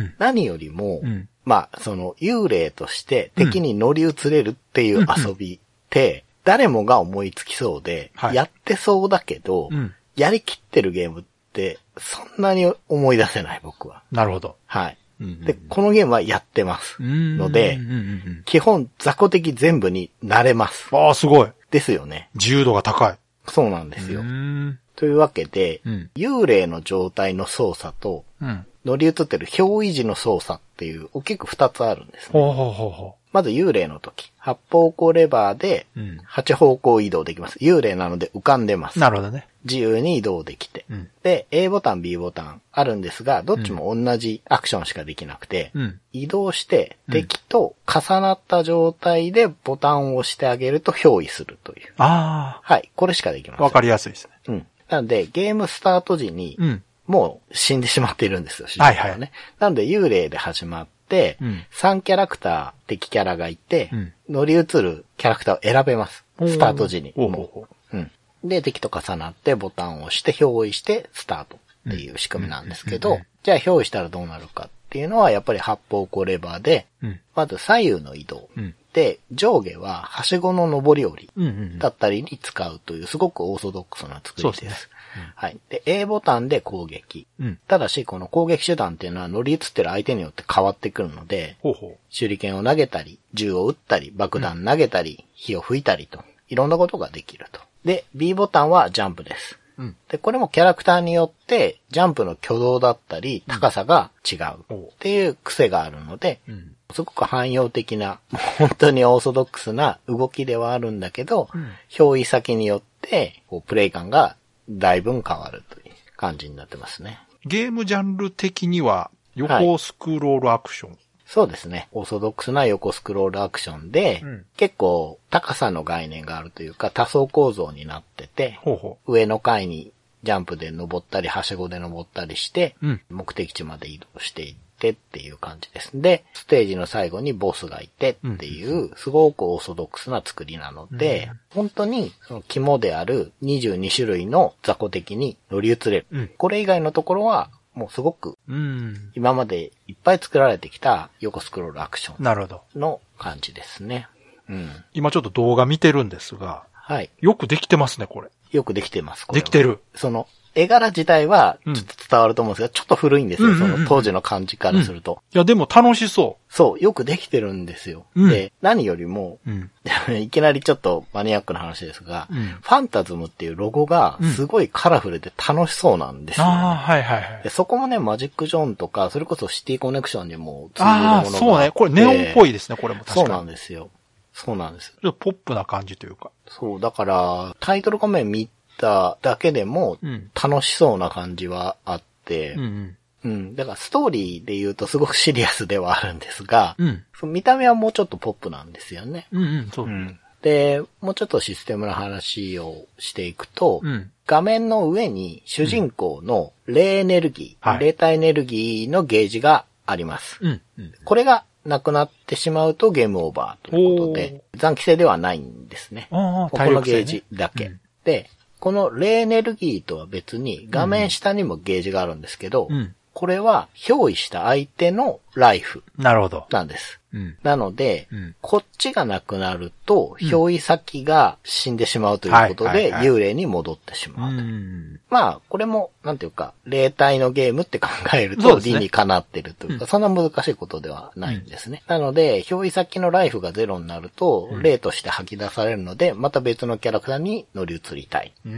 Speaker 2: ん。
Speaker 3: 何よりも、
Speaker 2: うん
Speaker 3: まあ、その、幽霊として敵に乗り移れるっていう遊びって、誰もが思いつきそうで、
Speaker 2: はい
Speaker 3: やってそうだけど、
Speaker 2: うん
Speaker 3: やりきってるゲームって、そんなに思い出せない僕は。
Speaker 2: なるほど。
Speaker 3: はい。
Speaker 2: うん
Speaker 3: で、このゲームはやってます。
Speaker 2: うん。
Speaker 3: ので
Speaker 2: うん、うん、うん。
Speaker 3: 基本、雑魚的全部になれます。
Speaker 2: ああ、すごい。
Speaker 3: ですよね。
Speaker 2: 自由度が高い。
Speaker 3: そうなんですよ。
Speaker 2: ん。
Speaker 3: というわけで、
Speaker 2: うん
Speaker 3: 幽霊の状態の操作と、
Speaker 2: うん。
Speaker 3: 乗り移ってる表維持の操作っていう、大きく二つあるんですね。
Speaker 2: ほうほうほうほ
Speaker 3: まず幽霊の時、八方向レバーで
Speaker 2: うん、
Speaker 3: 八方向移動できます。幽霊なので浮かんでま
Speaker 2: う。
Speaker 3: す。
Speaker 2: なるほどね。
Speaker 3: 自由に移動できて。
Speaker 2: うん
Speaker 3: で、A ボタン、B ボタンあるんですが、どっちも同じアクションしかできなくて、
Speaker 2: うん。
Speaker 3: 移動して敵と重なった状態でボタンを押してあげると憑依するという。
Speaker 2: あ
Speaker 3: はい、これしかできませ
Speaker 2: あ、
Speaker 3: ん。
Speaker 2: わかりやすいですね。
Speaker 3: うん。なので、ゲームスタート時に、
Speaker 2: うん。
Speaker 3: もう死んでしまっているんですよ、主人公
Speaker 2: はいは
Speaker 3: ね。なので、幽霊で始まって、
Speaker 2: うん
Speaker 3: 3キャラクター、敵キャラがいて、
Speaker 2: うん
Speaker 3: 乗り移るキャラクターを選べます。スタート時に。
Speaker 2: ほうほう
Speaker 3: も
Speaker 2: ほ
Speaker 3: ううん。で、敵と重なって、ボタンを押して、憑依して、スタートっていう仕組みなんですけど、じゃあ、憑依したらどうなるかっていうのは、やっぱり八方向レバーで、
Speaker 2: う。うん。
Speaker 3: まず左右の移動。
Speaker 2: うん
Speaker 3: で、上下は、はしごの上り下り。
Speaker 2: うん、うん。
Speaker 3: だったりに使うという、すごくオーソドックスな作りです。
Speaker 2: そうです
Speaker 3: はい。で、A ボタンで攻撃。
Speaker 2: うん。
Speaker 3: ただし、この攻撃手段っていうのは乗り移ってる相手によって変わってくるので、
Speaker 2: ほうほ
Speaker 3: 手裏剣を投げたり、銃を撃ったり、爆弾投げたり、火を吹いたりと、いろんなことができると。で、B ボタンはジャンプです。
Speaker 2: うん。
Speaker 3: で、これもキャラクターによって、ジャンプの挙動だったり、高さが違うっていう癖があるので、
Speaker 2: うん。
Speaker 3: すごく汎用的な、もう本当にオーソドックスな動きではあるんだけど、
Speaker 2: うん
Speaker 3: 憑依先によって、こうプレイ感がだいぶん変わるという感じになってますね。
Speaker 2: ゲームジャンル的には、横スクロールアクション。
Speaker 3: そうですね。オーソドックスな横スクロールアクションで、
Speaker 2: うん
Speaker 3: 結構高さの概念があるというか多層構造になってて、
Speaker 2: ほうほ
Speaker 3: 上の階にジャンプで登ったり、はしごで登ったりして、
Speaker 2: うん
Speaker 3: 目的地まで移動していってっていう感じです。で、ステージの最後にボスがいてっていう、すごくオーソドックスな作りなので、本当にその肝である22種類の雑魚的に乗り移れる。
Speaker 2: うん
Speaker 3: これ以外のところは、もうすごく
Speaker 2: う。うん。
Speaker 3: 今までいっぱい作られてきた横スクロールアクション
Speaker 2: なるほど。
Speaker 3: の感じですね。うん。
Speaker 2: 今ちょっと動画見てるんですが、
Speaker 3: はい。
Speaker 2: よくできてますね、これ。
Speaker 3: よくできてます、これ
Speaker 2: で
Speaker 3: は
Speaker 2: きてる。
Speaker 3: その、絵柄自体は、ち
Speaker 2: う
Speaker 3: ょ
Speaker 2: ん
Speaker 3: っと伝わると思うんですけど、ちょっと古いんです
Speaker 2: う
Speaker 3: よ。
Speaker 2: んうん
Speaker 3: そ
Speaker 2: うん
Speaker 3: の当時の感じからすると。
Speaker 2: いや、でも楽しそ
Speaker 3: そう、よくできてるんですよ。
Speaker 2: うん
Speaker 3: で、何よりも、
Speaker 2: う。うん。
Speaker 3: いきなりちょっとマニアックな話ですが、
Speaker 2: うん
Speaker 3: ファンタズムっていうロゴが
Speaker 2: うん
Speaker 3: すごいカラフルで楽しそうなんですよ、
Speaker 2: ああ、はいはいは
Speaker 3: で
Speaker 2: い。
Speaker 3: そこもね、マジック・ジョンとか、それこそシティ・コネクションにも通じるものがあ
Speaker 2: あ
Speaker 3: っ
Speaker 2: あ、
Speaker 3: て
Speaker 2: そうね。これネオンっぽいですね、これも確か
Speaker 3: そ
Speaker 2: に。
Speaker 3: うなん
Speaker 2: ち
Speaker 3: ですよ。そうなんです。
Speaker 2: ょっとポップな感じというか。
Speaker 3: そう、だから、タイトル画面見ただけでも
Speaker 2: うん、
Speaker 3: 楽しそうな感じはあって、
Speaker 2: うんうん。
Speaker 3: うん。だからストーリーで言うとすごくシリアスではあるんですが、
Speaker 2: うん。
Speaker 3: その見た目はもうちょっとポップなんですよね。
Speaker 2: うんうん、そう。
Speaker 3: ん。で、もうちょっとシステムの話をしていくと、
Speaker 2: うん。
Speaker 3: 画面の上に主人公の霊エネルギー、
Speaker 2: はい
Speaker 3: 霊体エネルギーのゲージがあります。
Speaker 2: うん。うん。
Speaker 3: これがなくなってしまうとゲームオーバーということで、残機制ではないんですね。
Speaker 2: ああ、
Speaker 3: こ
Speaker 2: 体
Speaker 3: この
Speaker 2: 力
Speaker 3: ゲ
Speaker 2: 性
Speaker 3: ージ
Speaker 2: ね。
Speaker 3: だけ。
Speaker 2: うん
Speaker 3: で、この霊エネルギーとは別に画面下にもゲージがあるんですけど、
Speaker 2: うん。
Speaker 3: これは憑依した相手のライフ
Speaker 2: なるほど。
Speaker 3: なんです。
Speaker 2: うん。
Speaker 3: なので、
Speaker 2: うん
Speaker 3: こっちがなくなると、憑依先が死んでしまうということ
Speaker 2: はいはい
Speaker 3: で、
Speaker 2: はい
Speaker 3: 幽霊に戻ってし
Speaker 2: う
Speaker 3: まう。
Speaker 2: ん。
Speaker 3: まあ、これも、なんていうか、霊体のゲームって考える
Speaker 2: そう
Speaker 3: と、
Speaker 2: ですね
Speaker 3: 理にかなってるという
Speaker 2: う
Speaker 3: か、
Speaker 2: ん
Speaker 3: そんな難しいことではないんですね。なので、憑依先のライフがゼロになると、霊として吐き出されるので、また別のキャラクターに乗り移りたい、
Speaker 2: うんう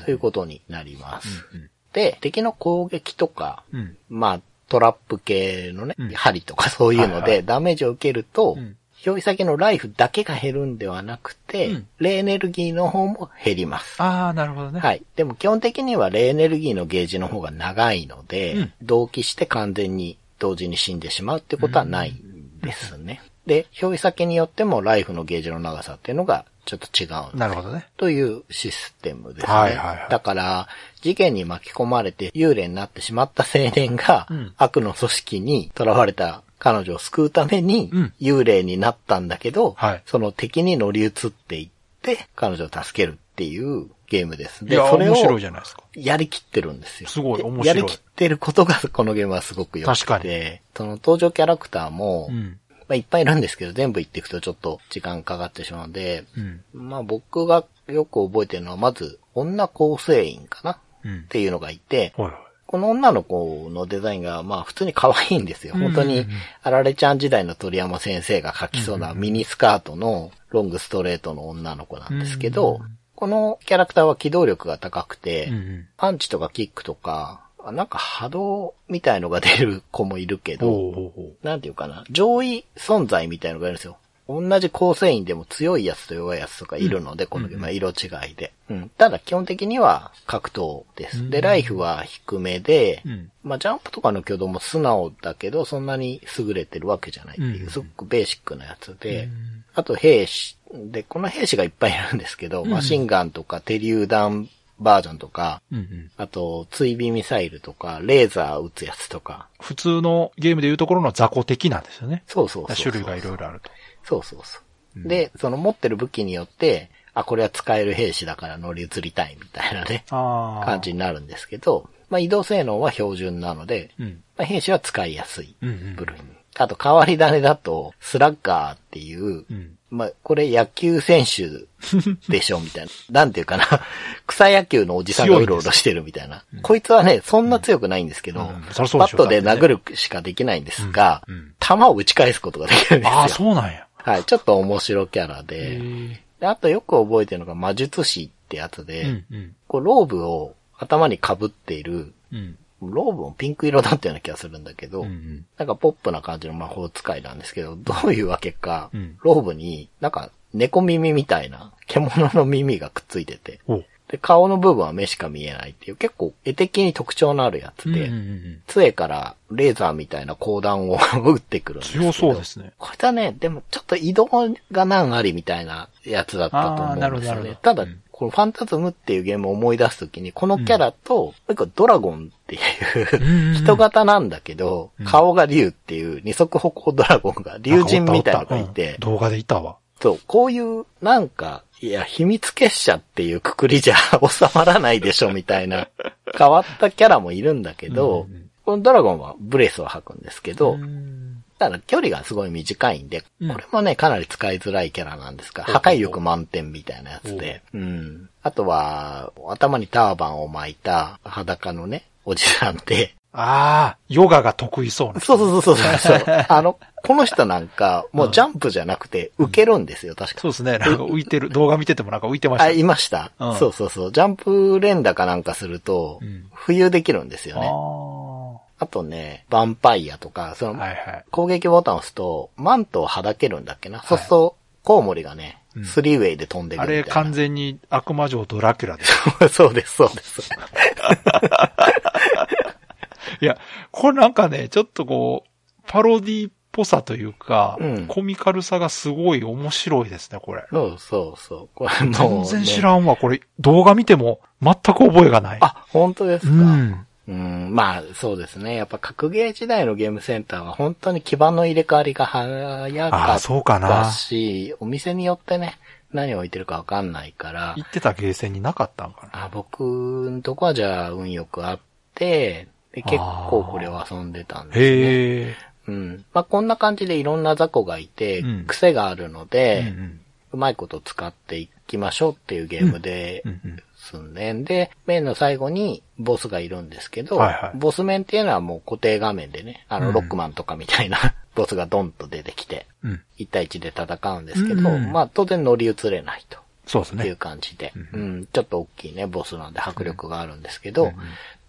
Speaker 2: ん。
Speaker 3: ということになります。
Speaker 2: うん
Speaker 3: で、敵の攻撃とか、
Speaker 2: うん。
Speaker 3: まあ、トラップ系のね、
Speaker 2: うん
Speaker 3: 針とかそういうの
Speaker 2: はいは
Speaker 3: で、ダメージを受けると、
Speaker 2: うん
Speaker 3: 表依先のライフだけが減るんではなくて、
Speaker 2: うん
Speaker 3: 霊エネルギーの方も減ります。
Speaker 2: ああ、なるほどね。
Speaker 3: はい。でも基本的には霊エネルギーのゲージの方が長いので、
Speaker 2: うん
Speaker 3: 同期して完全に同時に死んでしまうってことはないんですね。で、表依先によってもライフのゲージの長さっていうのがちょっと違うんです
Speaker 2: なるほどね。
Speaker 3: というシステムですね。
Speaker 2: はいはいはい
Speaker 3: だから、事件に巻き込まれて幽霊になってしまった青年が、
Speaker 2: うん
Speaker 3: 悪の組織に囚われた彼女を救うために、
Speaker 2: うん
Speaker 3: 幽霊になったんだけど、
Speaker 2: はい
Speaker 3: その敵に乗り移っていって、彼女を助けるっていうゲームです。
Speaker 2: い
Speaker 3: で、
Speaker 2: や、
Speaker 3: それ
Speaker 2: 面白い
Speaker 3: を
Speaker 2: じゃないですか。
Speaker 3: やりきってるんですよ。
Speaker 2: すごい
Speaker 3: で
Speaker 2: 面白い
Speaker 3: やりきってることが、このゲームはすごく良くて、
Speaker 2: 確か
Speaker 3: その登場キャラクターも、
Speaker 2: うん。
Speaker 3: まあ、いっぱいいるんですけど、全部行っていくとちょっと時間かかってしまうので、
Speaker 2: うん。
Speaker 3: まあ僕がよく覚えてるのは、まず、女構成員かなっ
Speaker 2: うん。
Speaker 3: ていうのがいて、
Speaker 2: ほいほい。
Speaker 3: この女の子のデザインが、まあ普通に可愛いんですよ。
Speaker 2: うん
Speaker 3: 本当に、あられちゃん時代の鳥山先生が描きそうなミニスカートのロングストレートの女の子なんですけど、このキャラクターは機動力が高くて、
Speaker 2: うん
Speaker 3: パンチとかキックとか、あなんか波動みたいのが出る子もいるけ
Speaker 2: うん。
Speaker 3: ど、
Speaker 2: おうおうおう
Speaker 3: なんていうかな、上位存在みたいのがいるんですよ。同じ構成員でも強いやつと弱いやつとかいるので、この、まあ、色違いで。うん。ただ基本的には格闘です。で、ライフは低めで、
Speaker 2: うん
Speaker 3: まあ、ジャンプとかの挙動も素直だけど、そんなに優れてるわけじゃないっていう、
Speaker 2: うん
Speaker 3: すごくベーシックなやつで、あと兵士、で、この兵士がいっぱいいるんですけど、マシンガンとか手榴弾バージョンとか、
Speaker 2: うんうん。
Speaker 3: あと、追尾ミサイルとか、レーザー撃つやつとか、
Speaker 2: 普通のゲームでいうところの雑魚的なんですよね。
Speaker 3: そうそうそうそう。
Speaker 2: 種類がいろいろあると。
Speaker 3: そうそうそう。で、その持ってる武器によって、あ、これは使える兵士だから乗り移りたいみたいなね、
Speaker 2: ああ。
Speaker 3: 感じになるんですけど、まあ移動性能は標準なので、
Speaker 2: うん。
Speaker 3: まあ、兵士は使いやすい
Speaker 2: うんうん
Speaker 3: 部類に。あと変わり種だと、スラッガーっていう、
Speaker 2: うん。
Speaker 3: まあこれ野球選手でしょみたい な。なんていうかな、草野球のおじさんがうろうろしてるみたいな。こいつはね、そんな強くないんですけど、
Speaker 2: うんうんそりゃそう
Speaker 3: バ
Speaker 2: でし
Speaker 3: ッ
Speaker 2: ょ
Speaker 3: トで殴るしかできないんですが、
Speaker 2: うんうん
Speaker 3: 球を打ち返すことができるんですよ。
Speaker 2: ああ、そうなんや。
Speaker 3: はい、ちょっと面白キャラで、であとよく覚えてるのが魔術師ってやつで、
Speaker 2: うんうん。
Speaker 3: こうローブを頭に被っている、
Speaker 2: うん。
Speaker 3: ローブもピンク色だったような気がするんだけど、
Speaker 2: うんうん。
Speaker 3: なんかポップな感じの魔法使いなんですけど、 どういうわけか、
Speaker 2: うん
Speaker 3: ローブになんか猫耳みたいな獣の耳がくっついてて、
Speaker 2: おう。
Speaker 3: で、顔の部分は目しか見えないっていう、結構絵的に特徴のあるやつ
Speaker 2: うんうん
Speaker 3: で、
Speaker 2: うん。
Speaker 3: 杖からレーザーみたいな鋼弾を 撃ってくるんですけど。
Speaker 2: 強そうですね。
Speaker 3: これはね、でもちょっと移動が難ありみたいなやつだったと
Speaker 2: あー
Speaker 3: 思
Speaker 2: な
Speaker 3: うん
Speaker 2: るほ
Speaker 3: で
Speaker 2: どな
Speaker 3: すよ
Speaker 2: る
Speaker 3: ね。
Speaker 2: ほど
Speaker 3: ただ、
Speaker 2: うん
Speaker 3: このファンタズムっていうゲームを思い出すときに、このキャラと、もう一個ドラゴンっていう、人
Speaker 2: 人、
Speaker 3: 型なんだけど、
Speaker 2: うん
Speaker 3: 顔が竜っていう二足歩行ドラゴンが、竜神みたいなのがい
Speaker 2: うん
Speaker 3: て、
Speaker 2: 動画でいたわ。
Speaker 3: そう、こういう、なんか、いや、秘密結社っていうくくりじゃ収まらないでしょ、みたいな、変わったキャラもいるんだけど
Speaker 2: うんうんうん、
Speaker 3: このドラゴンはブレスを吐くんですけど、
Speaker 2: ん
Speaker 3: ただ距離がすごい短いんで、こ
Speaker 2: うん
Speaker 3: れもね、かなり使いづらいキャラなんですが、
Speaker 2: ほう
Speaker 3: 破壊力満点みたいなやつで、うん。あとは、頭にターバンを巻いた裸のね、おじさん で、
Speaker 2: ああ、ヨガが得意そうな。
Speaker 3: そうそうそうそ うそうそう。あの、この人なんか、もうジャンプじゃなくて、受けるんですよ、確か。
Speaker 2: そうですね。なんか浮いてる。動画見ててもなんか浮いてまし
Speaker 3: あ、
Speaker 2: たね。
Speaker 3: いました、
Speaker 2: うん
Speaker 3: そうそうそう。ジャンプ連打かなんかすると
Speaker 2: うん、
Speaker 3: 浮遊できるんですよ
Speaker 2: あ
Speaker 3: ね。あ
Speaker 2: あ。
Speaker 3: とね、ヴァンパイアとか、その、
Speaker 2: はいはい。
Speaker 3: 攻撃ボタンを押すと、マントをはだけるんだっけな。そうすると、コウモリがね
Speaker 2: うん、
Speaker 3: スリーウェイで飛んでく
Speaker 2: あ
Speaker 3: るみ
Speaker 2: れ
Speaker 3: たい
Speaker 2: 完
Speaker 3: な。
Speaker 2: 全に悪魔城ドラキュラです。
Speaker 3: そうです、そうです。
Speaker 2: いや、これなんかね、ちょっとこう、パロディっぽさというか、
Speaker 3: うん
Speaker 2: コミカルさがすごい面白いですね、これ。
Speaker 3: そうそうそう。これもう、
Speaker 2: 全
Speaker 3: ね。
Speaker 2: 然知らんわ、これ。動画見ても全く覚えがない。
Speaker 3: あ、本当です
Speaker 2: う
Speaker 3: か。
Speaker 2: ん。
Speaker 3: うん、まあ、そうですね。やっぱ格ゲー時代のゲームセンターは本当に基盤の入れ替わりが早
Speaker 2: あ
Speaker 3: か
Speaker 2: あ、
Speaker 3: っ
Speaker 2: そうか
Speaker 3: た
Speaker 2: な。
Speaker 3: し、お店によってね、何を置いてるかわかんないから、
Speaker 2: 言ってたゲーセンになかったんかな。
Speaker 3: あ僕んとこはじゃあ運よくあって、で結構これを遊んでたんですね。
Speaker 2: へえ。
Speaker 3: うん。まあこんな感じでいろんな雑魚がいて、
Speaker 2: うん
Speaker 3: 癖があるの
Speaker 2: う
Speaker 3: で、
Speaker 2: んうん
Speaker 3: うまいこと使っていきましょうっていうゲームで
Speaker 2: うんうん
Speaker 3: すんで、で、面の最後にボスがいるんですけど、
Speaker 2: はいはい
Speaker 3: ボス面っていうのはもう固定画面でね、あ
Speaker 2: う
Speaker 3: の、
Speaker 2: ん
Speaker 3: ロックマンとかみたいな、 ボスがドンと出てきて、
Speaker 2: うん。
Speaker 3: 1対1で戦うんですけど、
Speaker 2: うん
Speaker 3: まあ当然乗り移れないと。
Speaker 2: そうです
Speaker 3: っていう
Speaker 2: ね。
Speaker 3: 感じで、
Speaker 2: う
Speaker 3: うんん、ちょっと大きいね、ボスなんで迫力があるんですけど、
Speaker 2: うんうん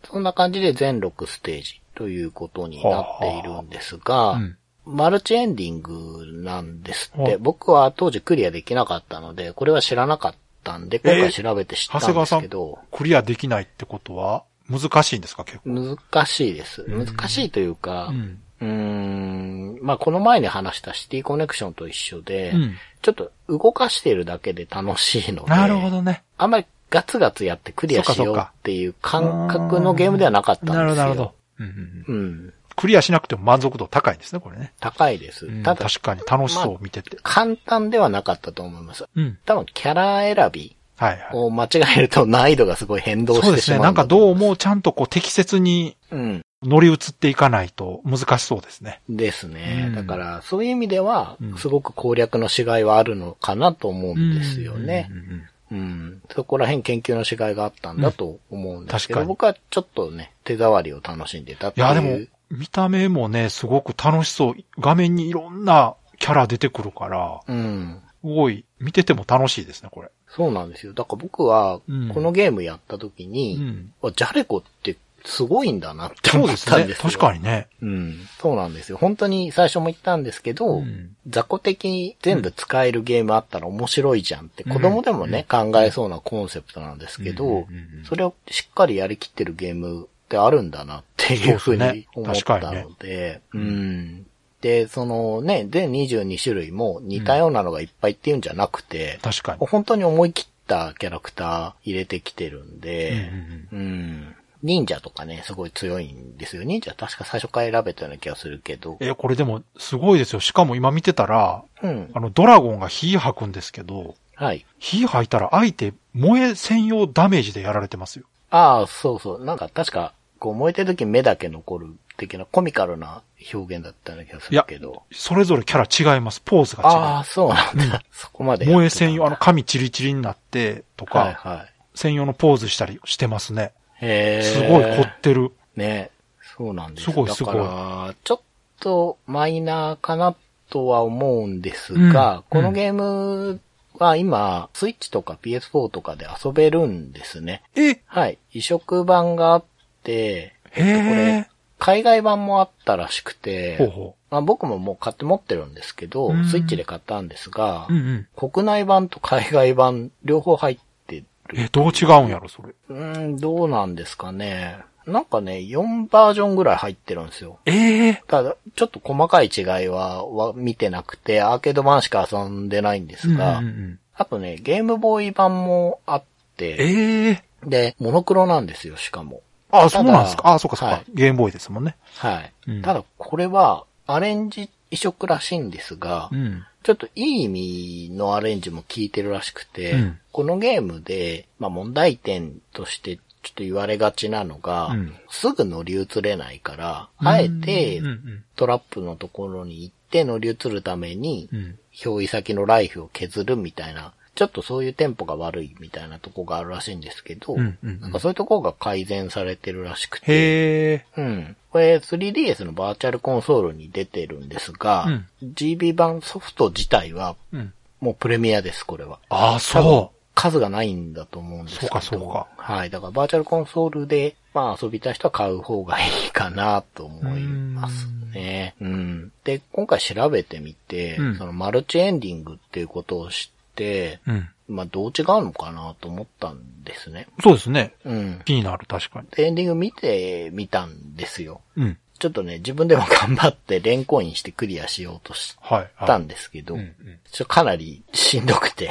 Speaker 3: そんな感じで全6ステージということになっているんですが、
Speaker 2: うん
Speaker 3: マルチエンディングなんですっ
Speaker 2: は
Speaker 3: て、
Speaker 2: あ
Speaker 3: 僕は当時クリアできなかったので、これは知らなかったんで、今回調べて知っ
Speaker 2: 長
Speaker 3: た
Speaker 2: 谷
Speaker 3: んで
Speaker 2: 川さ
Speaker 3: す
Speaker 2: ん
Speaker 3: けど、、
Speaker 2: クリアできないってことは難しいんですか、結構。
Speaker 3: 難しいです。
Speaker 2: うん
Speaker 3: 難しいというか、
Speaker 2: うん。
Speaker 3: うーん、まあこの前に話したシティコネクションと一緒で、
Speaker 2: うん
Speaker 3: ちょっと動かしているだけで楽しいので、
Speaker 2: なるほどね。
Speaker 3: あんまりガツガツやってクリアし
Speaker 2: そっかそっ
Speaker 3: よう
Speaker 2: か
Speaker 3: っていう感覚のゲームではなかったんです
Speaker 2: な
Speaker 3: よ。
Speaker 2: るほど、なるほど。うんうんうん
Speaker 3: うん。
Speaker 2: クリアしなくても満足度高いんですね、これね。
Speaker 3: 高いです。
Speaker 2: うん
Speaker 3: ただ、
Speaker 2: 確かに楽しそう、見てて。
Speaker 3: 簡単ではなかったと思います。
Speaker 2: うん。
Speaker 3: 多分、キャラ選び
Speaker 2: はいはい。
Speaker 3: を間違えると難易度がすごい変動
Speaker 2: そう
Speaker 3: して
Speaker 2: です
Speaker 3: しま
Speaker 2: ね。
Speaker 3: う。
Speaker 2: なんかどう
Speaker 3: う
Speaker 2: もちゃんとこう適切に
Speaker 3: うん。
Speaker 2: 乗り移っていかないと難しそうですね。
Speaker 3: ですね。
Speaker 2: うん
Speaker 3: だから、そういう意味では
Speaker 2: うん、
Speaker 3: すごく攻略の違いはあるのかなと思うんですよね
Speaker 2: う。んうんうん
Speaker 3: うん。そこら辺研究の違いがあったんだと思うんですけど、
Speaker 2: うん確
Speaker 3: 僕はちょっとね、手触りを楽しんでたって
Speaker 2: い
Speaker 3: いう。
Speaker 2: や、でも、見た目もね、すごく楽しそう。画面にいろんなキャラ出てくるから、
Speaker 3: うん。
Speaker 2: すごい、見てても楽しいですね、これ。
Speaker 3: そうなんですよ。だから僕は
Speaker 2: うん、
Speaker 3: このゲームやった時
Speaker 2: う
Speaker 3: に、
Speaker 2: ん。
Speaker 3: あジャレコってすごいんだなって
Speaker 2: そ
Speaker 3: 思
Speaker 2: う
Speaker 3: っ
Speaker 2: です
Speaker 3: たん
Speaker 2: ね。
Speaker 3: ですよ。
Speaker 2: 確かにね。
Speaker 3: うん。そうなんですよ。本当に最初も言ったんですけど、
Speaker 2: うん
Speaker 3: 雑魚的に全部使えるゲームあったら面白いじゃんって、
Speaker 2: うん
Speaker 3: 子供でもね、考えそうなコンセプトなんですけど、
Speaker 2: うんうんうん
Speaker 3: それをしっかりやりきってるゲームってあるんだなっていうふ
Speaker 2: そう
Speaker 3: う
Speaker 2: ですね
Speaker 3: に思ったので、
Speaker 2: にね
Speaker 3: うん。で、そのね、全22種類も似たようなのがいっぱいっていうんじゃなくて、
Speaker 2: 確かに。
Speaker 3: 本当に思い切ったキャラクター入れてきてるん
Speaker 2: うん
Speaker 3: で、
Speaker 2: うん
Speaker 3: うん、忍者とかね、すごい強いんですよ。忍者確か最初から選べたような気がするけど
Speaker 2: うん、え、これでも、すごいですよ。しかも今見てたら、
Speaker 3: うん
Speaker 2: あ。の、ドラゴンが火吐くんですけど、
Speaker 3: はい。
Speaker 2: 火吐いたら相手、燃え専用ダメージでやられてますよ。
Speaker 3: ああ、そうそう。なんか確か、こう燃えてる時に目だけ残る的なコミカルな表現だったような気がするけど。
Speaker 2: それぞれキャラ違います。ポーズ
Speaker 3: あ
Speaker 2: が
Speaker 3: あ、そうなんだ。そこま
Speaker 2: 違
Speaker 3: で
Speaker 2: う。
Speaker 3: やってたんだ。
Speaker 2: 萌え専用、あの、髪チリチリになって、とか、
Speaker 3: はいはい。
Speaker 2: 専用のポーズしたりしてますね。
Speaker 3: へえ。
Speaker 2: すごい凝ってる。
Speaker 3: ね。そうなんです
Speaker 2: すごいすごい
Speaker 3: だから、ちょっとマイナーかなとは思うんですが、
Speaker 2: うん
Speaker 3: このゲームは今、スイッチとか PS4 とかで遊べるんですね。
Speaker 2: え
Speaker 3: はい。移植版があって、
Speaker 2: へえ。
Speaker 3: 海外版もあったらしく
Speaker 2: ほう
Speaker 3: て、
Speaker 2: ほ
Speaker 3: まあ、僕ももう買って持ってるんですけど
Speaker 2: うん、
Speaker 3: スイッチで買ったんですが
Speaker 2: う。う、んうん。
Speaker 3: 国内版と海外版両方入ってる。
Speaker 2: え、どう違うんやろ、それ。
Speaker 3: うーん、どうなんですかね。なんかね、4バージョンぐらい入ってるんですよ。
Speaker 2: ええ。
Speaker 3: ただ、ちょっと細かい違いはは見てなくて、アーケード版しか遊んでないんですが、
Speaker 2: うんうんうん
Speaker 3: あとね、ゲームボーイ版もあって、
Speaker 2: ええ。
Speaker 3: で、モノクロなんですよ、しかも。
Speaker 2: あ、そうなんですか。あ、そうかそう
Speaker 3: は
Speaker 2: か
Speaker 3: い。
Speaker 2: ゲームボーイですもんね。
Speaker 3: はい。
Speaker 2: うん
Speaker 3: ただ、これは、アレンジ移植らしいんですが、
Speaker 2: うん。
Speaker 3: ちょっといい意味のアレンジも効いてるらしくて、
Speaker 2: うん
Speaker 3: このゲームで、まあ問題点としてちょっと言われがちなのが、
Speaker 2: うん
Speaker 3: すぐ乗り移れないから、あえて
Speaker 2: うんうん
Speaker 3: トラップのところに行って乗り移るために
Speaker 2: う、ん。
Speaker 3: 表意先のライフを削るみたいな、ちょっとそういうテンポが悪いみたいなとこがあるらしいんですけど、
Speaker 2: うんうんうん
Speaker 3: なんかそういうとこが改善されてるらしくて、
Speaker 2: へえ。
Speaker 3: うん。これ 3DS のバーチャルコンソールに出てるんですが、GB 版ソフト自体は
Speaker 2: うん。
Speaker 3: もうプレミアです、これは。
Speaker 2: ああ、そ
Speaker 3: 数がないんだと思うんですけど。
Speaker 2: そうかそうか
Speaker 3: はい。だからバーチャルコンソールで、まあ遊びたい人は買う方がいいかなと思いますね。うん。で、今回調べてみて、
Speaker 2: うん
Speaker 3: そのマルチエンディングっていうことを知って、
Speaker 2: う。うん。
Speaker 3: まあどう違うのかなと思ったんですね。
Speaker 2: そうですね。
Speaker 3: うん。
Speaker 2: 気になる、確かに。
Speaker 3: でエンディング見てみたんですよ。
Speaker 2: うん。
Speaker 3: ちょっとね、自分でも頑張って連行インしてクリアしようとし
Speaker 2: はい。はい
Speaker 3: たんですけど、
Speaker 2: うんうん
Speaker 3: ちょっとかなりしんどくて、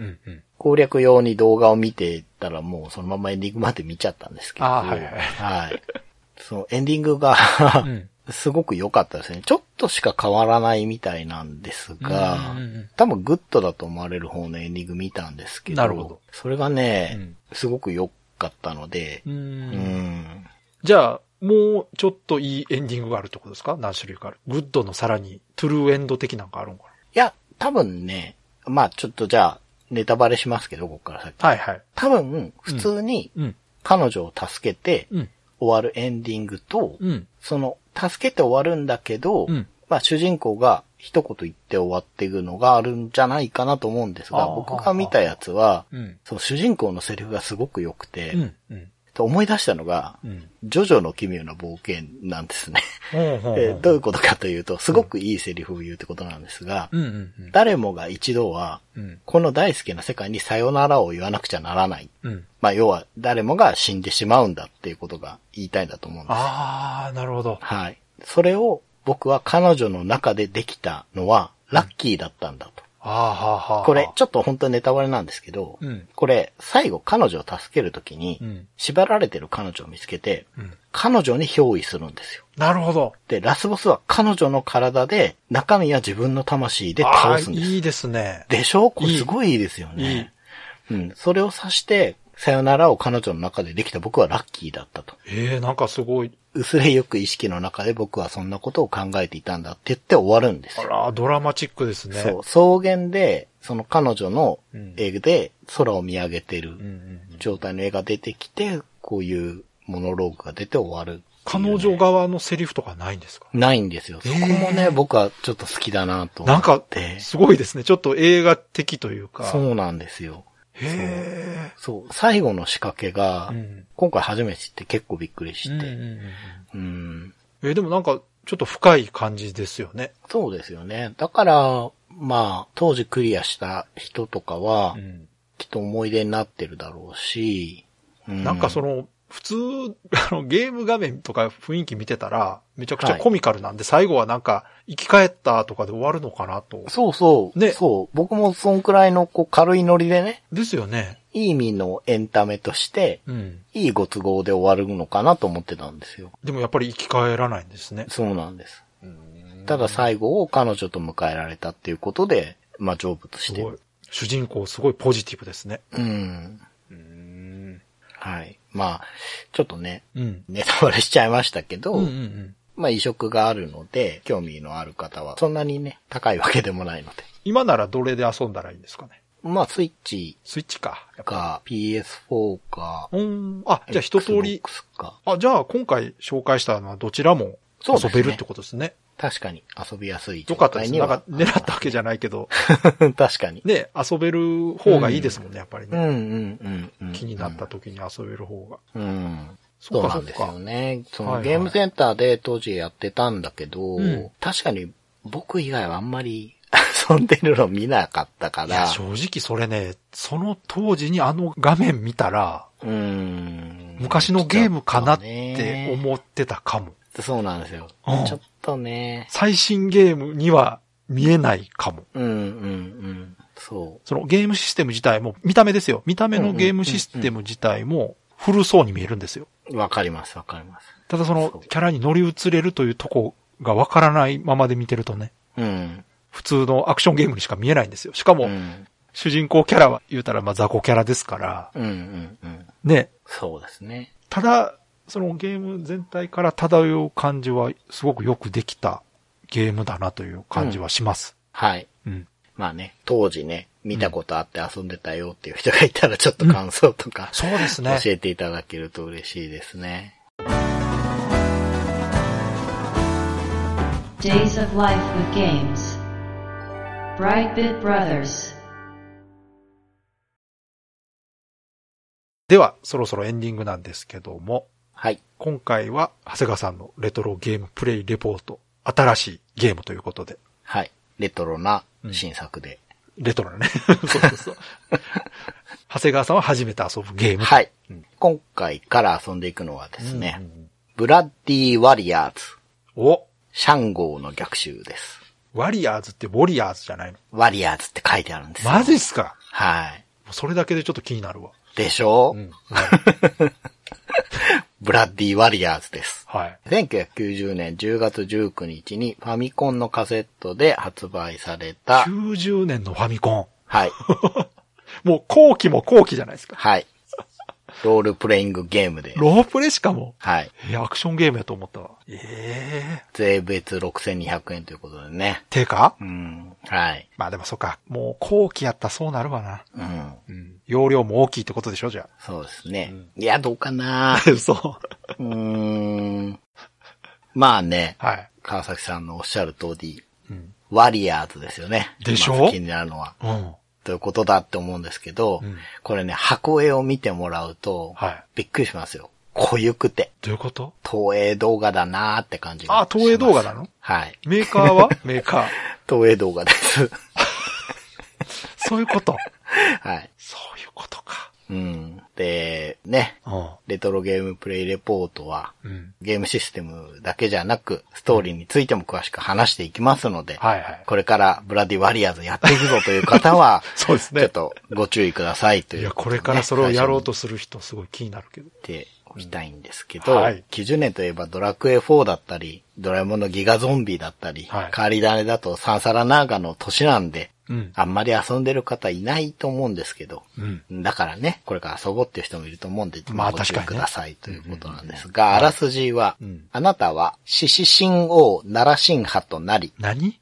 Speaker 2: うんうん。
Speaker 3: 攻略用に動画を見てたらもうそのままエンディングまで見ちゃったんですけど。
Speaker 2: あーはいはい
Speaker 3: はいそのエンディングが
Speaker 2: う、ん
Speaker 3: すごく良かったですね。ちょっとしか変わらないみたいなんですが
Speaker 2: うんうんうん、
Speaker 3: 多分グッドだと思われる方のエンディング見たんですけど、
Speaker 2: なるほど
Speaker 3: それがね、
Speaker 2: うん
Speaker 3: すごく良かったので
Speaker 2: う、。
Speaker 3: うんん。
Speaker 2: じゃあ、もうちょっといいエンディングがあるってことですか何種類かある。グッドのさらにトゥルーエンド的なんかあるんか
Speaker 3: いや、多分ね、まあちょっとじゃあ、ネタバレしますけど、ここから先。
Speaker 2: なはいはい。
Speaker 3: 多分、普通に
Speaker 2: うん。
Speaker 3: 彼女を助けて
Speaker 2: うん。
Speaker 3: 終わるエンディングと、
Speaker 2: うん。
Speaker 3: その、助けて終わるんだけど、
Speaker 2: うん
Speaker 3: まあ主人公が一言言って終わっていくのがあるんじゃないかなと思うんですが、
Speaker 2: あー
Speaker 3: 僕が見たやつは、
Speaker 2: うん。
Speaker 3: その主人公のセリフがすごく良くて、
Speaker 2: うん。うん。
Speaker 3: と思い出したのが、
Speaker 2: うん。
Speaker 3: ジョジョの奇妙な冒険なんですね、
Speaker 2: ほうほうほう
Speaker 3: えーどういうことかというと、すごくいいセリフを言うってことなんですが、
Speaker 2: うんうん
Speaker 3: 誰もが一度は、
Speaker 2: うん。うん。
Speaker 3: この大好きな世界にさよならを言わなくちゃならない。
Speaker 2: うん。
Speaker 3: まあ、要は、誰もが死んでしまうんだっていうことが言いたいんだと思うんです。
Speaker 2: ああ、なるほど。
Speaker 3: はい。それを僕は彼女の中でできたのはラッキーだったんだと。
Speaker 2: ああ、はあはあ。
Speaker 3: これ、ちょっと本当にネタバレなんですけど、
Speaker 2: うん
Speaker 3: これ、最後彼女を助けるときに、
Speaker 2: うん
Speaker 3: 縛られてる彼女を見つけて、
Speaker 2: うん
Speaker 3: 彼女に憑依するんですよ。
Speaker 2: なるほど。
Speaker 3: で、ラスボスは彼女の体で、中身は自分の魂で
Speaker 2: ああ
Speaker 3: 倒すんですよ
Speaker 2: いいですね。
Speaker 3: でしょこれすごいいいですよね。うん。それを指して、さよならを彼女の中でできた僕はラッキーだったと。
Speaker 2: ええなんかすごい。
Speaker 3: 薄れよく意識の中で僕はそんなことを考えていたんだって言って終わるんです
Speaker 2: あ
Speaker 3: よ。
Speaker 2: ら、ドラマチックですね。
Speaker 3: そう。草原で、その彼女の
Speaker 2: うん
Speaker 3: 絵で空を見上げて
Speaker 2: うんう
Speaker 3: る
Speaker 2: んうん
Speaker 3: 状態の絵が出てきて、こういうモノローグが出て終わるっていうね、
Speaker 2: 彼女側のセリフとかないんですか
Speaker 3: ないんですよ。そこもね、
Speaker 2: えー
Speaker 3: 僕はちょっと好きだなと思
Speaker 2: なん
Speaker 3: っ
Speaker 2: か
Speaker 3: て、。
Speaker 2: すごいですね。ちょっと映画的というか。
Speaker 3: そうなんですよ。
Speaker 2: へ
Speaker 3: そう。最後の仕掛けが、
Speaker 2: え。うん
Speaker 3: 今回初めて知って結構びっくりし
Speaker 2: うんうん
Speaker 3: て。
Speaker 2: うん
Speaker 3: うん。
Speaker 2: えーでもなんか、ちょっと深い感じですよね。
Speaker 3: そうですよね。だから、まあ、当時クリアした人とかは、
Speaker 2: ん。
Speaker 3: きっと思い出になってるだろうし、うん
Speaker 2: なんかそ、の、普通、 あの、ゲーム画面とか雰囲気見てたら、めちゃくちゃコミカルなんで、最後はなんか、生き返ったとかで終わるのかなと。
Speaker 3: そうそう。
Speaker 2: ね
Speaker 3: そう。僕もそんくらいのこう軽いノリでね、
Speaker 2: ですよね。
Speaker 3: いい意味のエンタメとして、
Speaker 2: うん。
Speaker 3: いいご都合で終わるのかなと思ってたんですよ。
Speaker 2: でもやっぱり生き返らないんですね。
Speaker 3: そうなんです。ただ最後を彼女と迎えられたっていうことで、まあ成仏し
Speaker 2: す
Speaker 3: て
Speaker 2: ごい
Speaker 3: る。。
Speaker 2: 主人公すごいポジティブですね。
Speaker 3: うん。
Speaker 2: うん。
Speaker 3: はい。まあ、ちょっとね、
Speaker 2: うん。
Speaker 3: ネタバレしちゃいましたけど、
Speaker 2: うんうんうん。
Speaker 3: まあ移植があるので、興味のある方は、そんなにね、高いわけでもないので。
Speaker 2: 今ならどれで遊んだらいいんですかね。
Speaker 3: まあスイッチ
Speaker 2: スイッチか。やっぱ
Speaker 3: か、PS4 か、
Speaker 2: うーん。あ、じゃあ一通り。
Speaker 3: Xbox か。
Speaker 2: あ、じゃあ今回紹介したのはどちらも
Speaker 3: そうです
Speaker 2: 遊
Speaker 3: ね
Speaker 2: べるってことですね。
Speaker 3: 確かに遊びやすい
Speaker 2: よ
Speaker 3: 状
Speaker 2: かったで
Speaker 3: 態
Speaker 2: す。
Speaker 3: に
Speaker 2: な
Speaker 3: は。
Speaker 2: んか狙ったわけじゃないけど、
Speaker 3: 確かに。
Speaker 2: ね、遊べる方がいいですもんね、やっぱり
Speaker 3: う
Speaker 2: ね。
Speaker 3: んうんうんうん。
Speaker 2: 気になった時に遊べる方が。
Speaker 3: うん。
Speaker 2: そ
Speaker 3: そうう
Speaker 2: か
Speaker 3: なんですよね。そ
Speaker 2: はいは
Speaker 3: の
Speaker 2: い
Speaker 3: ゲームセンターで当時やってたんだけど、
Speaker 2: うん
Speaker 3: 確かに僕以外はあんまり 遊んでるの見なかったか
Speaker 2: いや、
Speaker 3: ら、
Speaker 2: 正直それね、その当時にあの画面見たら、
Speaker 3: うん。
Speaker 2: 昔のゲームかなっ
Speaker 3: ちょ
Speaker 2: て
Speaker 3: とね
Speaker 2: 思ってたかも。
Speaker 3: そうなんですよ。
Speaker 2: うん
Speaker 3: ちょっとね。
Speaker 2: 最新ゲームには見えないかも。
Speaker 3: うんうんうん。そ
Speaker 2: そのゲームシステム自体も、見た目ですよ。見た目のゲームシステム自体も古そうに見えるんですよ。
Speaker 3: う。わかりますわかります。
Speaker 2: ただそ
Speaker 3: そ
Speaker 2: の
Speaker 3: う
Speaker 2: キャラに乗り移れるというとこがわからないままで見てるとね、
Speaker 3: うん。
Speaker 2: 普通のアクションゲームにしか見えないんですよ。しか
Speaker 3: う
Speaker 2: も、
Speaker 3: ん。
Speaker 2: 主人公キャラは言うたらまあ雑魚キャラですから、
Speaker 3: うんうんうん。
Speaker 2: ね。
Speaker 3: そうですね。
Speaker 2: ただ、そのゲーム全体から漂う感じはすごくよくできたゲームだなという感じはします。
Speaker 3: はい。
Speaker 2: うん。
Speaker 3: まあね、当時ね、見たことあって遊んでたよっていう人がいたらちょっと感想とか、
Speaker 2: そうですね。
Speaker 3: 教えていただけると嬉しいですね。
Speaker 1: Days of Life with Games. Brightbit Brothers.
Speaker 2: では、そろそろエンディングなんですけども、
Speaker 3: はい。
Speaker 2: 今回は長谷川さんのレトロゲームプレイレポート、新しいゲームということで、
Speaker 3: はい。レトロな新作で。
Speaker 2: レトロなね。そうそうそう。長谷川さんは初めて遊ぶゲーム。
Speaker 3: はい、
Speaker 2: うん
Speaker 3: 今回から遊んでいくのはで
Speaker 2: うん。
Speaker 3: すね、
Speaker 2: うん
Speaker 3: ブラッディ・ワリアーズ、
Speaker 2: お、
Speaker 3: シャンゴーの逆襲です。
Speaker 2: ワリアーズってウォリアーズじゃないの
Speaker 3: ワリアーズって書いてあるんですよ。
Speaker 2: マジっすか
Speaker 3: はい。
Speaker 2: もうそれだけでちょっと気になるわ。
Speaker 3: でしょう、 ブラッディ・ワリアーズです。
Speaker 2: はい。
Speaker 3: 1990年10月19日にファミコンのカセットで発売された、
Speaker 2: 90年のファミコ
Speaker 3: はい。
Speaker 2: ン。もう後期も後期じゃないですか。
Speaker 3: はい。ロールプレイングゲームで。
Speaker 2: ロープレしかも。
Speaker 3: はい。
Speaker 2: いや、アクションゲームやと思ったわ。ええ
Speaker 3: 税別6200円ということでね。
Speaker 2: てか
Speaker 3: うん。はい。
Speaker 2: まあでもそっか。もう後期やったらそうなるわな。
Speaker 3: うん。
Speaker 2: うん。容量も大きいってことでしょ、じゃ
Speaker 3: そうですね。いや、どうかな
Speaker 2: あ。 そう。
Speaker 3: うーん。まあね、
Speaker 2: はい。
Speaker 3: 川崎さんのおっしゃる通り、
Speaker 2: うん。
Speaker 3: ワリアーズですよね。
Speaker 2: でしょ
Speaker 3: まず気になるのは。
Speaker 2: うん。
Speaker 3: ということだって思うんですけど、
Speaker 2: うん
Speaker 3: これね、箱絵を見てもらうと、
Speaker 2: はい
Speaker 3: びっくりしますよ。濃ゆくて、
Speaker 2: どういうこと
Speaker 3: 東映動画だなーって感じが
Speaker 2: あ、東映動画なの
Speaker 3: はい。
Speaker 2: メーカー はメーカー。
Speaker 3: 東映動画です。
Speaker 2: そういうこと。
Speaker 3: はい。
Speaker 2: そういうことか。
Speaker 3: うん。で、ね、
Speaker 2: う
Speaker 3: レトロゲームプレイレポートは、
Speaker 2: ん。うん。
Speaker 3: ゲームシステムだけじゃなく、ストーリーについても詳しく話していきますので、
Speaker 2: はいはい。、
Speaker 3: これからブラディワリアーズやっていくぞという方は
Speaker 2: そうですね
Speaker 3: ちょっとご注意くださいという
Speaker 2: いや、これからそれをやろうとする人、すごい気になるけど。
Speaker 3: 最初に言っておきたいんですけど、
Speaker 2: はい
Speaker 3: 90年といえばドラクエ4だったり、ドラえもんのギガゾンビだったり、
Speaker 2: はい
Speaker 3: 変わり種だとサンサラナーガの年なんで、
Speaker 2: うん。
Speaker 3: あんまり遊んでる方いないと思うんですけど、
Speaker 2: うん。
Speaker 3: だからね、これから遊ぼうっていう人もいると思うんで、
Speaker 2: まあ
Speaker 3: ご注意
Speaker 2: 確か
Speaker 3: く
Speaker 2: にね
Speaker 3: ださいということなんですが、あらすじは
Speaker 2: うん、
Speaker 3: あなたは獅子神王奈良神派となり、
Speaker 2: 何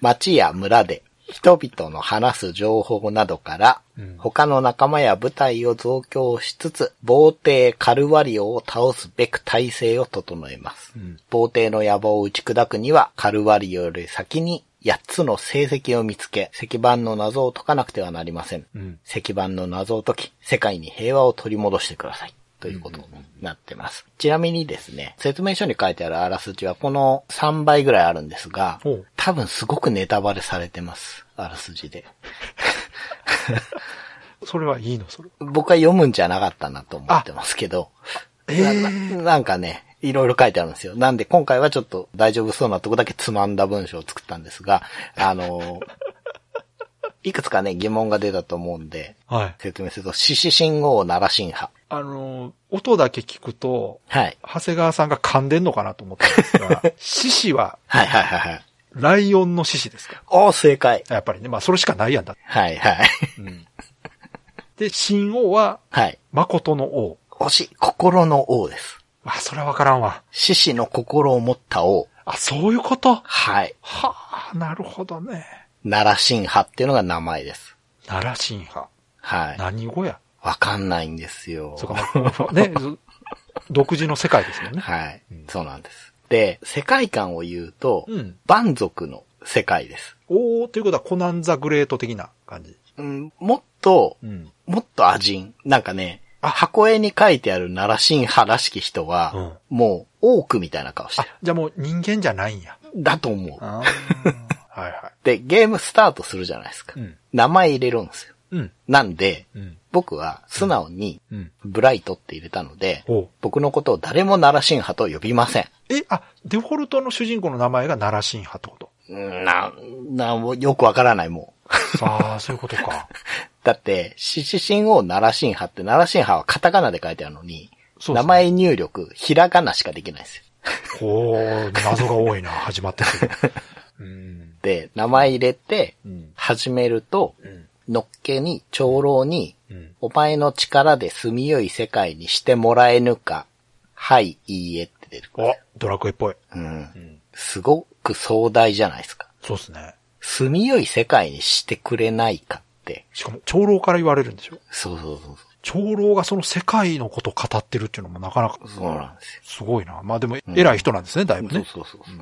Speaker 3: 町や村で人々の話す情報などから
Speaker 2: うん、
Speaker 3: 他の仲間や部隊を増強しつつ、防帝カルワリオを倒すべく体制を整えます
Speaker 2: うん。
Speaker 3: 防帝の野望を打ち砕くには、カルワリオより先に8つの成績を見つけ、石板の謎を解かなくてはなりません。
Speaker 2: うん。
Speaker 3: 石板の謎を解き、世界に平和を取り戻してください。ということになってます。ちなみにですね、説明書に書いてあるあらすじはこの3倍ぐらいあるんですが
Speaker 2: ほう、
Speaker 3: 多分すごくネタバレされてます。あらすじで。
Speaker 2: それはいいの、それ。
Speaker 3: 僕は読むんじゃなかったなと思ってますけど、
Speaker 2: ええ
Speaker 3: なななんかね、いろいろ書いてあるんですよ。なんで今回はちょっと大丈夫そうなとこだけつまんだ文章を作ったんです が、あの、いくつかね、疑問が出たと思うんで、
Speaker 2: はい。
Speaker 3: 説明すると、獅子信号奈良神派。
Speaker 2: あのー、音だけ聞くと、
Speaker 3: はい。
Speaker 2: 長谷川さんが噛んでんのかなと思ったんですが、獅子は
Speaker 3: はいはいはいはい。
Speaker 2: ライオンの獅子ですか
Speaker 3: おー、正解。
Speaker 2: やっぱりね、まあそれしかないやんだ。
Speaker 3: はいはい。
Speaker 2: うん、で、新王は
Speaker 3: はい。
Speaker 2: 誠の王。
Speaker 3: 推し、心の王です。
Speaker 2: あ、それはわからんわ。
Speaker 3: 獅子の心を持った王。
Speaker 2: あ、そういうこと
Speaker 3: はい。
Speaker 2: はあ、なるほどね。
Speaker 3: 奈良神派っていうのが名前です。
Speaker 2: 奈良神派。
Speaker 3: はい。
Speaker 2: 何語や
Speaker 3: わかんないんですよ。
Speaker 2: そうか、まあね、ず独自の世界ですもんね。
Speaker 3: はい。そうなんです。って、世界観を言うと、
Speaker 2: うん。
Speaker 3: 蛮族の世界です。
Speaker 2: おー、ということはコナンザグレート的な感じ。
Speaker 3: うん、もっと、
Speaker 2: うん。
Speaker 3: もっとアジン。なんかね、
Speaker 2: あ
Speaker 3: 箱絵に書いてある奈良神派らしき人は、もう、多くみたいな顔して
Speaker 2: あ、じゃあもう人間じゃないんや。
Speaker 3: る。だと思う。
Speaker 2: あーはいは
Speaker 3: で、ゲームスタートするじゃないですか
Speaker 2: い。う。ん。
Speaker 3: 名前入れるんですよ。
Speaker 2: うん。
Speaker 3: なんで、
Speaker 2: うん。
Speaker 3: 僕は素直に、
Speaker 2: うん。
Speaker 3: ブライトって入れたので、
Speaker 2: おう
Speaker 3: 僕のことを誰も奈良神派と呼びません。
Speaker 2: え、あ、デフォルトの主人公の名前が奈良神派ってこと
Speaker 3: うんな、な、もうよくわからないもう。
Speaker 2: さあ、そういうことか。
Speaker 3: だって、獅子神を奈良神派って、奈良神派はカタカナで書いてあるのに、
Speaker 2: そうですね
Speaker 3: 名前入力、ひらがなしかできないんですよ。
Speaker 2: おー、謎が多いな、始まってすぐ。うん。
Speaker 3: で、名前入れて、
Speaker 2: うん。
Speaker 3: 始めると、
Speaker 2: うん。
Speaker 3: のっけに、長老に、
Speaker 2: うん。
Speaker 3: お前の力で住みよい世界にしてもらえぬか、はい、いいえって出てくる。
Speaker 2: あ、ドラクエっぽい。
Speaker 3: うん
Speaker 2: う。ん。
Speaker 3: すごく壮大じゃないですか。
Speaker 2: そうですね。
Speaker 3: 住みよい世界にしてくれないかって。
Speaker 2: しかも、長老から言われるんでしょ
Speaker 3: そうそうそう
Speaker 2: 長老がその世界のことを語ってるっていうのもなかなか
Speaker 3: そう。、そうなんですよ。
Speaker 2: すごいな。まあでも、偉い人なんですね、だいぶね。
Speaker 3: そうそうそう。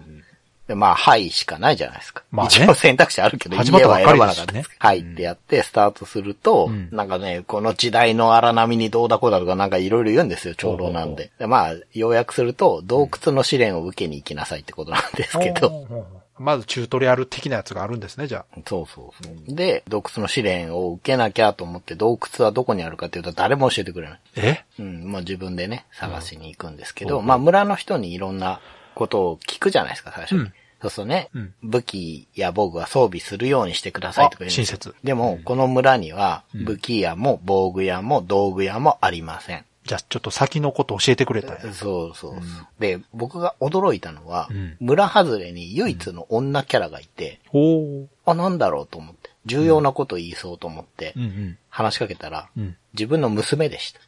Speaker 3: で、まあ、はいしかないじゃないですか。
Speaker 2: まあね
Speaker 3: 一応選択肢あるけど、
Speaker 2: 始まったばっかりですしね
Speaker 3: 家は選ばなかったですけどはいってやって、スタートすると、
Speaker 2: うん
Speaker 3: なんかね、この時代の荒波にどうだこうだとかなんかいろいろ言うんですよ、長老なんで。でまあ、要約すると、洞窟の試練を受けに行きなさいってことなんですけど。
Speaker 2: おー。おーおーまず、チュートリアル的なやつがあるんですね、じゃあ。
Speaker 3: そうそうそう。で、洞窟の試練を受けなきゃと思って、洞窟はどこにあるかっていうと誰も教えてくれない。
Speaker 2: え
Speaker 3: うん、まあ自分でね、探しに行くんですけど、まあ村の人にいろんなことを聞くじゃないですか、最初に。
Speaker 2: うん
Speaker 3: そうするとね、
Speaker 2: うん
Speaker 3: 武器や防具は装備するようにしてくださいとか言うんですよ
Speaker 2: あ親切
Speaker 3: でも、この村には、武器屋も防具屋も道具屋もありません。
Speaker 2: じゃあ、ちょっと先のこと教えてくれたんや
Speaker 3: そうそうそう、で、僕が驚いたのは、
Speaker 2: うん
Speaker 3: 村外れに唯一の女キャラがいて、
Speaker 2: おー。
Speaker 3: あ、なんだろうと思って、重要なこと言いそうと思って
Speaker 2: うん、うん。
Speaker 3: 話しかけたら、
Speaker 2: うん。
Speaker 3: 自分の娘でした。